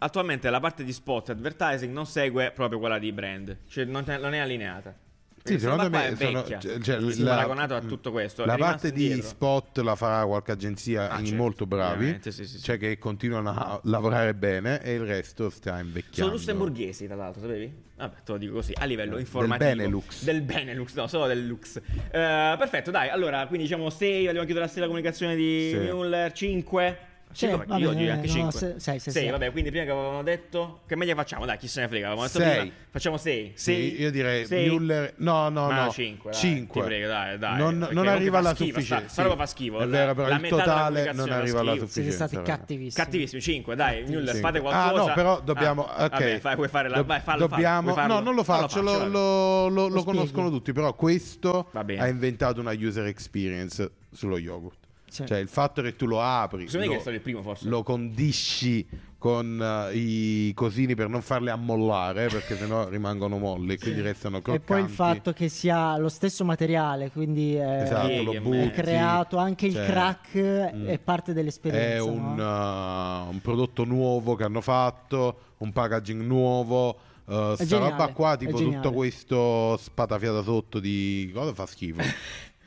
[SPEAKER 1] attualmente la parte di spot advertising non segue proprio quella di brand, cioè non, te- non è allineata. Perché
[SPEAKER 3] Sì,
[SPEAKER 1] questa
[SPEAKER 3] secondo
[SPEAKER 1] roba
[SPEAKER 3] me
[SPEAKER 1] qua è
[SPEAKER 3] sono-
[SPEAKER 1] vecchia.
[SPEAKER 3] cioè- cioè,
[SPEAKER 1] Se
[SPEAKER 3] la-
[SPEAKER 1] paragonato a tutto questo,
[SPEAKER 3] La
[SPEAKER 1] è rimasto
[SPEAKER 3] parte di
[SPEAKER 1] indietro.
[SPEAKER 3] spot la farà qualche agenzia
[SPEAKER 1] Ah,
[SPEAKER 3] in-
[SPEAKER 1] certo,
[SPEAKER 3] molto bravi,
[SPEAKER 1] ovviamente, sì, sì, sì.
[SPEAKER 3] cioè che continuano a lavorare bene e il resto sta
[SPEAKER 1] Sono
[SPEAKER 3] invecchiando.
[SPEAKER 1] lussemburghesi, tra l'altro, sapevi? Vabbè, te lo dico così, a livello
[SPEAKER 3] Del
[SPEAKER 1] informativo.
[SPEAKER 3] Benelux.
[SPEAKER 1] Del Benelux, no, solo del Lux. Eh, perfetto, dai, allora, quindi diciamo 6, abbiamo chiuso la stessa comunicazione di
[SPEAKER 3] Sì.
[SPEAKER 1] Müller, 5. Sì,
[SPEAKER 2] Sì,
[SPEAKER 1] vabbè,
[SPEAKER 2] va
[SPEAKER 1] io
[SPEAKER 2] bene,
[SPEAKER 1] direi anche
[SPEAKER 2] no,
[SPEAKER 1] 5.
[SPEAKER 2] se- sei, sei, sei.
[SPEAKER 1] vabbè, quindi prima che avevamo detto che media facciamo? Dai, chi se ne frega, avevamo detto
[SPEAKER 3] Sei.
[SPEAKER 1] prima, facciamo 6.
[SPEAKER 3] Sì, io direi Müller. No, no,
[SPEAKER 1] Ma
[SPEAKER 3] no.
[SPEAKER 1] 5.
[SPEAKER 3] Cinque.
[SPEAKER 1] Ti prego, dai, dai.
[SPEAKER 3] Non,
[SPEAKER 1] perché
[SPEAKER 3] non
[SPEAKER 1] comunque
[SPEAKER 3] arriva
[SPEAKER 1] fa
[SPEAKER 3] alla
[SPEAKER 1] schifo,
[SPEAKER 3] sufficienza.
[SPEAKER 1] Sta, sta roba fa schifo.
[SPEAKER 3] È
[SPEAKER 1] la-
[SPEAKER 3] vero, però
[SPEAKER 1] la
[SPEAKER 3] il
[SPEAKER 1] metà della
[SPEAKER 3] totale non
[SPEAKER 1] comunicazione fa
[SPEAKER 3] arriva alla
[SPEAKER 1] schifo.
[SPEAKER 3] sufficienza.
[SPEAKER 2] Siete stati
[SPEAKER 3] raga.
[SPEAKER 2] cattivissimi.
[SPEAKER 1] Cattivissimi, 5, dai, Müller,
[SPEAKER 3] Sì.
[SPEAKER 1] fate
[SPEAKER 3] Ah,
[SPEAKER 1] qualcosa.
[SPEAKER 3] no, però dobbiamo.
[SPEAKER 1] Ah,
[SPEAKER 3] ok.
[SPEAKER 1] vabbè, fai- vuoi fare la.
[SPEAKER 3] Do-
[SPEAKER 1] vai, fallo, fallo,
[SPEAKER 3] dobbiamo-
[SPEAKER 1] vuoi
[SPEAKER 3] no,
[SPEAKER 1] farlo?
[SPEAKER 3] non lo faccio, lo,
[SPEAKER 1] fallo.
[SPEAKER 3] lo- lo- lo
[SPEAKER 2] Lo
[SPEAKER 3] conoscono
[SPEAKER 2] spieghi.
[SPEAKER 3] tutti. Però questo
[SPEAKER 1] Va bene.
[SPEAKER 3] ha inventato una user experience sullo yogurt.
[SPEAKER 2] Sì.
[SPEAKER 3] Cioè, il fatto che tu lo apri,
[SPEAKER 1] Secondo me che è
[SPEAKER 3] lo,
[SPEAKER 1] stato il primo, forse.
[SPEAKER 3] lo condisci con eh, i cosini per non farli ammollare, perché
[SPEAKER 1] <laughs>
[SPEAKER 3] sennò rimangono molli e quindi restano
[SPEAKER 2] E
[SPEAKER 3] Cioè, croccanti.
[SPEAKER 2] poi il fatto che sia lo stesso materiale, quindi eh,
[SPEAKER 3] Esatto,
[SPEAKER 1] Pieghi
[SPEAKER 3] lo
[SPEAKER 1] e
[SPEAKER 3] butti,
[SPEAKER 1] mezzi.
[SPEAKER 2] creato anche il
[SPEAKER 3] cioè,
[SPEAKER 2] crack
[SPEAKER 3] mm.
[SPEAKER 2] è parte dell'esperienza.
[SPEAKER 3] È un,
[SPEAKER 2] no?
[SPEAKER 3] uh, un prodotto nuovo che hanno fatto, un packaging nuovo. Uh, sta
[SPEAKER 2] geniale,
[SPEAKER 3] roba qua,
[SPEAKER 2] è
[SPEAKER 3] tipo
[SPEAKER 2] geniale.
[SPEAKER 3] tutto questo spatafiata sotto di cosa
[SPEAKER 2] <laughs>
[SPEAKER 3] fa schifo.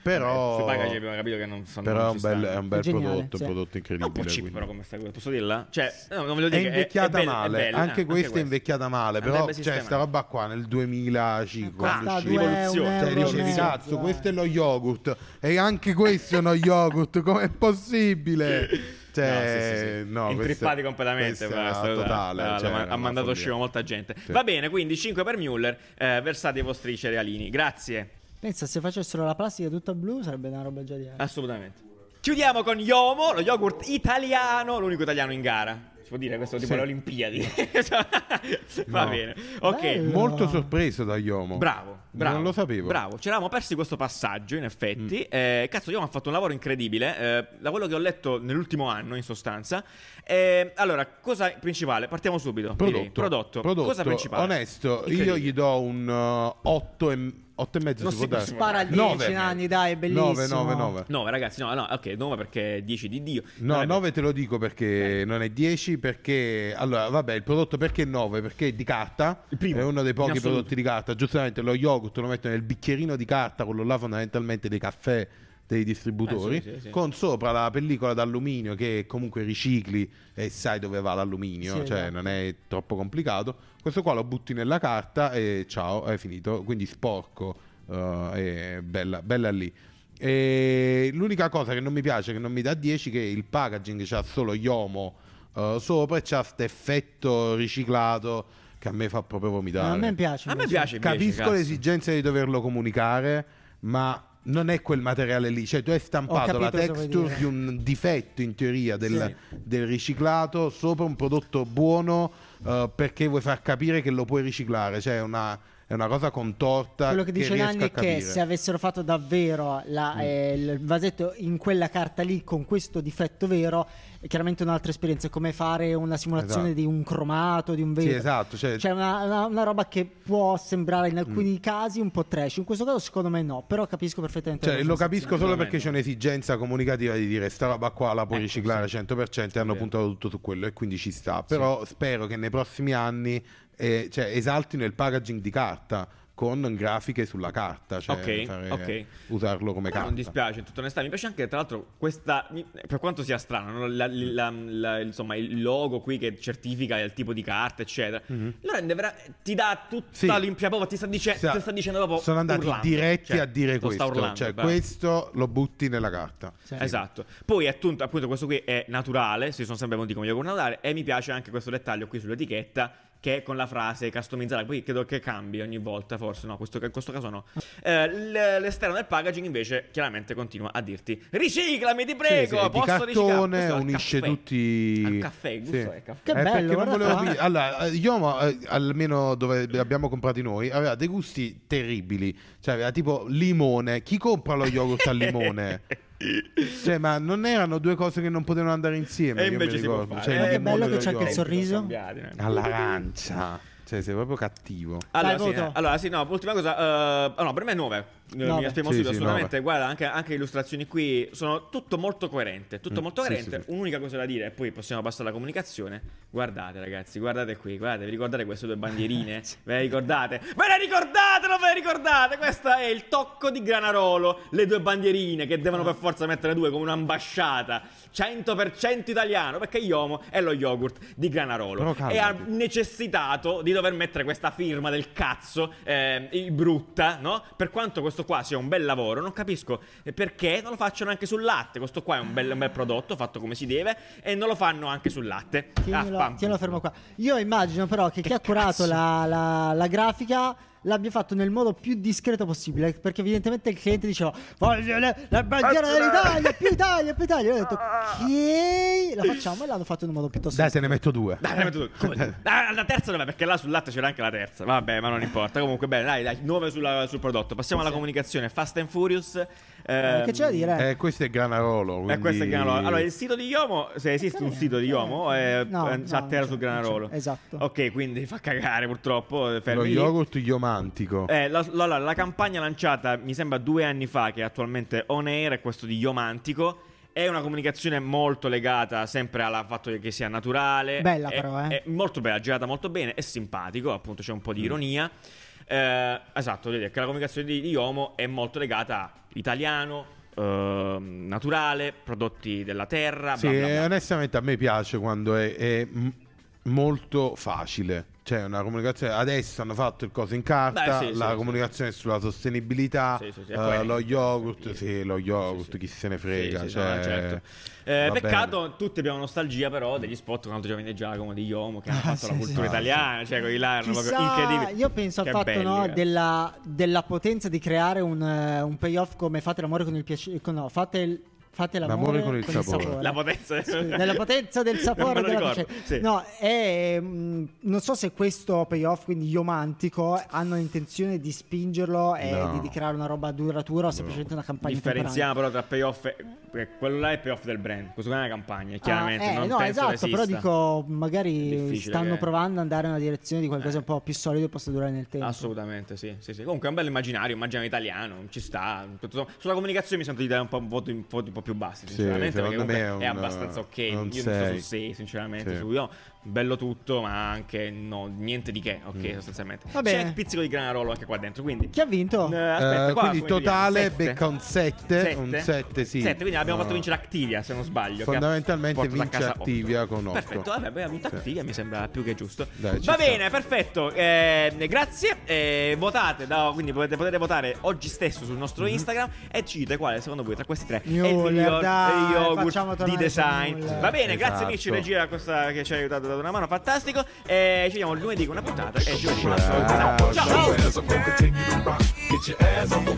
[SPEAKER 3] Però,
[SPEAKER 1] Sto packaging abbiamo capito che non fanno
[SPEAKER 3] però è
[SPEAKER 1] non
[SPEAKER 3] un
[SPEAKER 1] ci
[SPEAKER 3] bel,
[SPEAKER 1] stanno.
[SPEAKER 3] è un bel
[SPEAKER 2] È geniale,
[SPEAKER 3] prodotto,
[SPEAKER 2] sì.
[SPEAKER 3] un prodotto
[SPEAKER 1] È un
[SPEAKER 3] incredibile.
[SPEAKER 1] po' cheap
[SPEAKER 3] quindi.
[SPEAKER 1] però come sta cosa, posso dirla? Cioè, no, non voglio
[SPEAKER 3] è
[SPEAKER 1] dire che
[SPEAKER 3] invecchiata
[SPEAKER 1] bella-
[SPEAKER 3] male,
[SPEAKER 1] bella,
[SPEAKER 3] anche,
[SPEAKER 1] eh,
[SPEAKER 3] questa
[SPEAKER 1] <laughs>
[SPEAKER 3] è invecchiata male,
[SPEAKER 1] È un
[SPEAKER 3] però
[SPEAKER 1] bel
[SPEAKER 3] cioè,
[SPEAKER 1] sistema.
[SPEAKER 3] sta roba qua nel 2005 quando
[SPEAKER 2] Costa
[SPEAKER 3] usciva.
[SPEAKER 2] due,
[SPEAKER 1] Cioè,
[SPEAKER 2] un euro
[SPEAKER 3] Cioè,
[SPEAKER 2] e
[SPEAKER 3] dicevi,
[SPEAKER 2] mezzo,
[SPEAKER 3] cazzo,
[SPEAKER 2] eh.
[SPEAKER 3] questo è lo yogurt. E anche questo è uno yogurt. <laughs> Com'è possibile? Cioè,
[SPEAKER 1] no, sì, sì, sì.
[SPEAKER 3] no,
[SPEAKER 1] intrippati
[SPEAKER 3] questa-
[SPEAKER 1] completamente
[SPEAKER 3] questa
[SPEAKER 1] basta,
[SPEAKER 3] è
[SPEAKER 1] guarda.
[SPEAKER 3] totale.
[SPEAKER 1] Guarda,
[SPEAKER 3] cioè,
[SPEAKER 1] ma-
[SPEAKER 3] era
[SPEAKER 1] ha
[SPEAKER 3] una
[SPEAKER 1] mandato
[SPEAKER 3] follia.
[SPEAKER 1] scemo molta gente
[SPEAKER 3] Sì.
[SPEAKER 1] va bene quindi 5 per Müller eh, versate i vostri cerealini grazie
[SPEAKER 2] Pensa, se facessero la plastica tutta blu sarebbe una roba già di
[SPEAKER 1] Eh, assolutamente chiudiamo con Yomo lo yogurt italiano l'unico italiano in gara si può dire questo tipo
[SPEAKER 3] Sì.
[SPEAKER 1] le Olimpiadi <laughs> va
[SPEAKER 3] No.
[SPEAKER 1] bene ok
[SPEAKER 2] Bello.
[SPEAKER 3] Molto sorpreso da Yomo.
[SPEAKER 1] Bravo, bravo.
[SPEAKER 3] Non lo sapevo. Mm.
[SPEAKER 1] Bravo, ci eravamo persi questo passaggio, in effetti. Eh, cazzo, io ho fatto un lavoro incredibile, eh, da quello che ho letto nell'ultimo anno, in sostanza. Eh, allora, cosa principale? Partiamo subito. direi.
[SPEAKER 3] Prodotto,
[SPEAKER 1] Prodotto. Cosa principale?
[SPEAKER 3] Onesto, io
[SPEAKER 1] Incredibile.
[SPEAKER 3] gli do un 8 e 8 e mezzo
[SPEAKER 1] Non
[SPEAKER 3] si
[SPEAKER 1] si-
[SPEAKER 3] può dare.
[SPEAKER 1] si può
[SPEAKER 2] Spara a 10
[SPEAKER 1] Nove.
[SPEAKER 2] 10 anni, dai, è
[SPEAKER 3] 9
[SPEAKER 2] bellissimo.
[SPEAKER 3] 9 9.
[SPEAKER 1] 9, ragazzi, no, no, ok, 9 perché 10 di Dio.
[SPEAKER 3] No,
[SPEAKER 1] Vabbè. Eh.
[SPEAKER 3] 9 te lo dico perché non è 10, perché allora vabbè, il prodotto perché 9? Perché è di carta,
[SPEAKER 1] Il primo,
[SPEAKER 3] è uno dei
[SPEAKER 1] in
[SPEAKER 3] pochi
[SPEAKER 1] assoluto.
[SPEAKER 3] prodotti di carta, giustamente lo yogurt lo mettono nel bicchierino di carta, quello là fondamentalmente dei caffè dei distributori,
[SPEAKER 1] Eh, sì, sì, sì.
[SPEAKER 3] con sopra la pellicola d'alluminio che comunque ricicli e sai dove va l'alluminio,
[SPEAKER 2] Sì,
[SPEAKER 3] cioè
[SPEAKER 2] esatto.
[SPEAKER 3] non è troppo complicato. Questo qua lo butti nella carta e ciao, è finito, quindi sporco eh, e bella, bella lì. E l'unica cosa che non mi piace, che non mi dà 10, che il packaging c'ha solo Yomo eh, sopra e c'ha questo effetto riciclato che a me fa proprio vomitare.
[SPEAKER 2] a me piace.
[SPEAKER 1] A me
[SPEAKER 2] invece.
[SPEAKER 1] piace invece,
[SPEAKER 3] Capisco
[SPEAKER 1] cazzo.
[SPEAKER 3] l'esigenza di doverlo comunicare, ma non è quel materiale lì. Cioè, tu hai stampato
[SPEAKER 2] Ho capito
[SPEAKER 3] la
[SPEAKER 2] cosa vuoi
[SPEAKER 3] texture
[SPEAKER 2] dire.
[SPEAKER 3] di un difetto in teoria del, del riciclato sopra un prodotto buono eh, perché vuoi far capire che lo puoi riciclare. Cioè, è una, è una cosa contorta.
[SPEAKER 2] Quello che dice
[SPEAKER 3] riesco
[SPEAKER 2] Nanni
[SPEAKER 3] a
[SPEAKER 2] è che
[SPEAKER 3] capire. Mm.
[SPEAKER 2] se avessero fatto davvero la- eh, il vasetto in quella carta lì con questo difetto vero, è chiaramente un'altra esperienza. È come fare una simulazione
[SPEAKER 3] Esatto.
[SPEAKER 2] di un cromato, di un
[SPEAKER 3] Sì,
[SPEAKER 2] vero.
[SPEAKER 3] esatto. Cioè,
[SPEAKER 2] C'è una, una- una roba che può sembrare in alcuni
[SPEAKER 3] Mm.
[SPEAKER 2] casi un po' trash, in questo caso secondo me no, però capisco perfettamente.
[SPEAKER 3] Cioè,
[SPEAKER 2] la
[SPEAKER 3] lo
[SPEAKER 2] sensazione.
[SPEAKER 3] capisco solo
[SPEAKER 1] Sicuramente.
[SPEAKER 3] perché c'è un'esigenza comunicativa di dire sta roba qua la puoi
[SPEAKER 1] Ecco,
[SPEAKER 3] riciclare 100% e hanno
[SPEAKER 1] Vero.
[SPEAKER 3] puntato tutto su quello e quindi ci sta. Però spero che nei prossimi anni eh, cioè, esaltino il packaging di carta con grafiche sulla carta, cioè
[SPEAKER 1] Ok,
[SPEAKER 3] fare-
[SPEAKER 1] ok.
[SPEAKER 3] usarlo come
[SPEAKER 1] Però
[SPEAKER 3] carta.
[SPEAKER 1] Non dispiace, in tutta onestà. Mi piace anche, tra l'altro, questa. mi- Per quanto sia strano, no? La- la- la- insomma, il logo qui che certifica il tipo di carta, eccetera. Lo rende vera- Ti dà tutta
[SPEAKER 3] Mhm. Sì.
[SPEAKER 1] l'impianto. Proprio ti sta, dice-
[SPEAKER 3] Sa-
[SPEAKER 1] Cioè, ti sta dicendo proprio.
[SPEAKER 3] sono andati
[SPEAKER 1] urlando,
[SPEAKER 3] diretti
[SPEAKER 1] cioè,
[SPEAKER 3] a dire
[SPEAKER 1] lo
[SPEAKER 3] questo,
[SPEAKER 1] Sta urlando,
[SPEAKER 3] cioè
[SPEAKER 1] bravo.
[SPEAKER 3] questo lo butti nella carta.
[SPEAKER 2] Sì.
[SPEAKER 1] Esatto. Poi appunto, appunto questo qui è naturale, si sono sempre venuti come yogurt naturale e mi piace anche questo dettaglio qui sull'etichetta che è con la frase customizzata, poi credo che cambi ogni volta, forse no, questo, in questo caso no. Eh, l- l'esterno del packaging invece chiaramente continua a dirti riciclami ti prego,
[SPEAKER 3] Sì, sì, è di
[SPEAKER 1] posso riciclare.
[SPEAKER 3] cartone
[SPEAKER 1] Questo è al
[SPEAKER 3] unisce
[SPEAKER 1] caffè.
[SPEAKER 3] tutti
[SPEAKER 1] Al caffè, il gusto è caffè.
[SPEAKER 2] Che
[SPEAKER 3] Eh,
[SPEAKER 2] bello,
[SPEAKER 3] perché non
[SPEAKER 2] guarda
[SPEAKER 3] volevo
[SPEAKER 2] qua.
[SPEAKER 3] dire- allora eh, Yomo eh, almeno dove l'abbiamo comprati noi aveva dei gusti terribili cioè aveva tipo limone chi compra lo yogurt
[SPEAKER 1] <laughs>
[SPEAKER 3] al limone cioè ma non erano due cose che non potevano andare insieme
[SPEAKER 1] E
[SPEAKER 3] io mi
[SPEAKER 1] invece si può
[SPEAKER 3] ricordo
[SPEAKER 1] fare.
[SPEAKER 3] cioè, il
[SPEAKER 2] Eh,
[SPEAKER 3] limone
[SPEAKER 2] bello
[SPEAKER 3] e
[SPEAKER 2] che
[SPEAKER 3] lo
[SPEAKER 2] c'è anche il
[SPEAKER 3] yogurt.
[SPEAKER 2] sorriso.
[SPEAKER 1] Cambiati, eh.
[SPEAKER 3] all'arancia cioè sei proprio cattivo
[SPEAKER 1] Allora,
[SPEAKER 2] Dai,
[SPEAKER 1] sì,
[SPEAKER 2] voto.
[SPEAKER 1] eh. allora, sì, no, ultima cosa. eh, ah, no, per me è 9. Mi
[SPEAKER 2] Nove.
[SPEAKER 1] aspettiamo
[SPEAKER 3] Sì,
[SPEAKER 1] subito,
[SPEAKER 3] sì,
[SPEAKER 1] assolutamente.
[SPEAKER 3] nove.
[SPEAKER 1] Guarda, anche, anche le illustrazioni qui sono tutto molto coerente. Tutto
[SPEAKER 3] Mm,
[SPEAKER 1] molto
[SPEAKER 3] sì,
[SPEAKER 1] coerente.
[SPEAKER 3] sì, sì.
[SPEAKER 1] Un'unica cosa da dire, e poi possiamo passare alla comunicazione. Guardate, ragazzi, guardate qui, guardate, vi ricordate queste due
[SPEAKER 3] <laughs>
[SPEAKER 1] bandierine? ve le ricordate? Ve le ricordate, non ve le ricordate? Questo è il tocco di Granarolo. Le due bandierine che devono per forza mettere due come un'ambasciata. 100% italiano, perché Iomo è lo yogurt di Granarolo.
[SPEAKER 3] Però
[SPEAKER 1] e ha
[SPEAKER 3] calmati.
[SPEAKER 1] necessitato di dover mettere questa firma del cazzo, eh, i- brutta, no? Per quanto questo qua sia un bel lavoro, non capisco eh, perché non lo facciano anche sul latte. Questo qua è un bel, un bel prodotto fatto come si deve e non lo fanno anche sul latte.
[SPEAKER 2] Tienilo,
[SPEAKER 1] Ah, fa-
[SPEAKER 2] tienilo fermo qua. Io immagino però che, chi ha curato la, la- la grafica l'abbia fatto nel modo più discreto possibile. Perché evidentemente il cliente diceva: Voglio le- la bandiera dell'Italia, più Italia, più Italia. Io ho detto:
[SPEAKER 1] Ah.
[SPEAKER 2] Ok, la facciamo e l'hanno fatto in un modo piuttosto.
[SPEAKER 3] Dai, te ne metto due.
[SPEAKER 1] Dai, dai, tu- come-
[SPEAKER 2] <laughs>
[SPEAKER 1] dai, la terza dov'è? Perché là sul latte c'era anche la terza. Vabbè, ma non importa. Comunque, bene, dai, dai, 9 sul prodotto. Passiamo alla comunicazione. Fast and Furious. ehm,
[SPEAKER 2] che c'è da dire?
[SPEAKER 3] Eh, questo è
[SPEAKER 1] E
[SPEAKER 3] Granarolo. quindi-
[SPEAKER 1] Eh, questo è Granarolo. Allora, il sito di Iomo, se esiste un
[SPEAKER 2] Eh,
[SPEAKER 1] sito di
[SPEAKER 2] eh,
[SPEAKER 1] Iomo, è
[SPEAKER 2] no,
[SPEAKER 1] eh,
[SPEAKER 2] no,
[SPEAKER 1] sa terra sul
[SPEAKER 2] non c'è, non
[SPEAKER 1] Granarolo.
[SPEAKER 2] c'è, esatto.
[SPEAKER 1] Ok, quindi fa cagare purtroppo. eh,
[SPEAKER 3] Lo
[SPEAKER 1] fermi lì.
[SPEAKER 3] yogurt iomantico.
[SPEAKER 1] Eh, la, la- la- la campagna lanciata mi sembra due anni fa, che è attualmente on air, è questo di Iomantico. È una comunicazione molto legata sempre al fatto che sia naturale.
[SPEAKER 2] Bella
[SPEAKER 1] È-
[SPEAKER 2] però, eh.
[SPEAKER 1] È molto bella, girata molto bene, è simpatico, appunto c'è un po' di ironia. Eh, esatto, voglio dire che la comunicazione di, di Iomo è molto legata a italiano, ehm, naturale, prodotti della terra.
[SPEAKER 3] Sì,
[SPEAKER 1] bla, bla, bla.
[SPEAKER 3] onestamente a me piace quando è, è m- molto facile. Cioè, una comunicazione. Adesso hanno fatto il coso in carta,
[SPEAKER 1] Beh, sì,
[SPEAKER 3] la
[SPEAKER 1] sì,
[SPEAKER 3] comunicazione sulla sostenibilità,
[SPEAKER 1] Sì, sì, sì, e
[SPEAKER 3] eh,
[SPEAKER 1] poi-
[SPEAKER 3] lo yogurt.
[SPEAKER 1] sì,
[SPEAKER 3] Sì, lo yogurt,
[SPEAKER 1] sì, sì.
[SPEAKER 3] chi se ne frega.
[SPEAKER 1] Sì, sì,
[SPEAKER 3] cioè,
[SPEAKER 1] no, certo. Eh,
[SPEAKER 3] va
[SPEAKER 1] peccato, tutti abbiamo nostalgia però degli spot quanto Giovanni Giacomo di Iomo
[SPEAKER 3] <laughs>
[SPEAKER 1] che hanno
[SPEAKER 2] Ah,
[SPEAKER 1] fatto
[SPEAKER 2] sì,
[SPEAKER 1] la
[SPEAKER 2] sì.
[SPEAKER 1] cultura
[SPEAKER 3] Ah, sì.
[SPEAKER 1] italiana, cioè quelli là erano proprio
[SPEAKER 2] Chissà,
[SPEAKER 1] incredibili.
[SPEAKER 2] io penso al
[SPEAKER 1] Che
[SPEAKER 2] fatto
[SPEAKER 1] belli,
[SPEAKER 2] no,
[SPEAKER 1] eh.
[SPEAKER 2] della, della potenza di creare un, eh, un payoff come fate l'amore con il piacere. con- no, fate, il- fate l'amore,
[SPEAKER 3] L'amore con il sapore.
[SPEAKER 1] La potenza-
[SPEAKER 2] <laughs> Sì, della potenza del
[SPEAKER 1] <laughs> Non me
[SPEAKER 2] sapore
[SPEAKER 1] lo
[SPEAKER 2] della
[SPEAKER 1] ricordo,
[SPEAKER 2] piace-
[SPEAKER 1] sì.
[SPEAKER 2] No, è, mh, non so se questo payoff, quindi iomantico, hanno l'intenzione di spingerlo e
[SPEAKER 3] No.
[SPEAKER 2] di, di creare una roba duratura o semplicemente una campagna
[SPEAKER 1] Differenziamo però tra payoff e perché quello là è payoff del brand, questo qua è una campagna, chiaramente.
[SPEAKER 2] Ah, eh,
[SPEAKER 1] non
[SPEAKER 2] no,
[SPEAKER 1] penso
[SPEAKER 2] esatto,
[SPEAKER 1] che
[SPEAKER 2] però
[SPEAKER 1] esista.
[SPEAKER 2] dico,
[SPEAKER 1] È
[SPEAKER 2] magari
[SPEAKER 1] difficile
[SPEAKER 2] stanno
[SPEAKER 1] che-
[SPEAKER 2] provando ad andare in una direzione di qualcosa
[SPEAKER 1] Eh.
[SPEAKER 2] un po' più solido e possa durare nel tempo.
[SPEAKER 1] Assolutamente, sì, sì, sì. Comunque è un bel immaginario, immaginario italiano, ci sta. Tutto sommato. Sulla comunicazione mi sento di dare un po' un voto, un po', un po' più basso,
[SPEAKER 3] Sì,
[SPEAKER 1] sinceramente, perché
[SPEAKER 3] secondo
[SPEAKER 1] comunque
[SPEAKER 3] me
[SPEAKER 1] è
[SPEAKER 3] è un,
[SPEAKER 1] abbastanza ok.
[SPEAKER 3] eh,
[SPEAKER 1] Io
[SPEAKER 3] un
[SPEAKER 1] mi sto su
[SPEAKER 3] sei.
[SPEAKER 1] 6, sinceramente,
[SPEAKER 3] Sì.
[SPEAKER 1] su io. Bello tutto, ma anche no, niente di che, ok,
[SPEAKER 3] Mm.
[SPEAKER 1] sostanzialmente.
[SPEAKER 2] Va
[SPEAKER 1] C'è
[SPEAKER 2] bene.
[SPEAKER 1] un pizzico di granarolo anche qua dentro, quindi...
[SPEAKER 2] Chi ha vinto?
[SPEAKER 1] Eh,
[SPEAKER 3] Eh,
[SPEAKER 1] aspetta, qua
[SPEAKER 3] quindi
[SPEAKER 1] come vediamo?
[SPEAKER 3] totale
[SPEAKER 1] Sette.
[SPEAKER 3] becca un 7, un
[SPEAKER 1] Sette?
[SPEAKER 3] 7 sì. Eh.
[SPEAKER 1] Sette, quindi abbiamo
[SPEAKER 3] No.
[SPEAKER 1] fatto vincere Activia, se non sbaglio. che
[SPEAKER 3] Fondamentalmente
[SPEAKER 1] porta da
[SPEAKER 3] vince
[SPEAKER 1] casa otto.
[SPEAKER 3] Activia con otto.
[SPEAKER 1] Perfetto, vabbè, abbiamo avuto
[SPEAKER 3] Sì.
[SPEAKER 1] Activia, mi sembra più che giusto.
[SPEAKER 3] Dai, ci
[SPEAKER 1] Va
[SPEAKER 3] sta.
[SPEAKER 1] bene, perfetto. eh, grazie. eh, votate, no, quindi potete, potete votare oggi stesso sul nostro
[SPEAKER 3] Mhm.
[SPEAKER 1] Instagram e ci dite quale secondo voi tra questi tre è il
[SPEAKER 2] Mueller,
[SPEAKER 1] miglior
[SPEAKER 2] dai,
[SPEAKER 1] eh,
[SPEAKER 2] facciamo
[SPEAKER 1] yogurt
[SPEAKER 2] tornare
[SPEAKER 1] di design.
[SPEAKER 2] Mueller.
[SPEAKER 1] Va bene, grazie
[SPEAKER 3] Esatto.
[SPEAKER 1] amici regia questa che ci ha aiutato a dare una mano, fantastico. eh, ci vediamo lunedì con una puntata e giovedì con una
[SPEAKER 3] Ciao.
[SPEAKER 1] solita. Ciao.
[SPEAKER 3] Ciao.
[SPEAKER 4] Your ass, I'm gonna continue to rock. Get your ass on the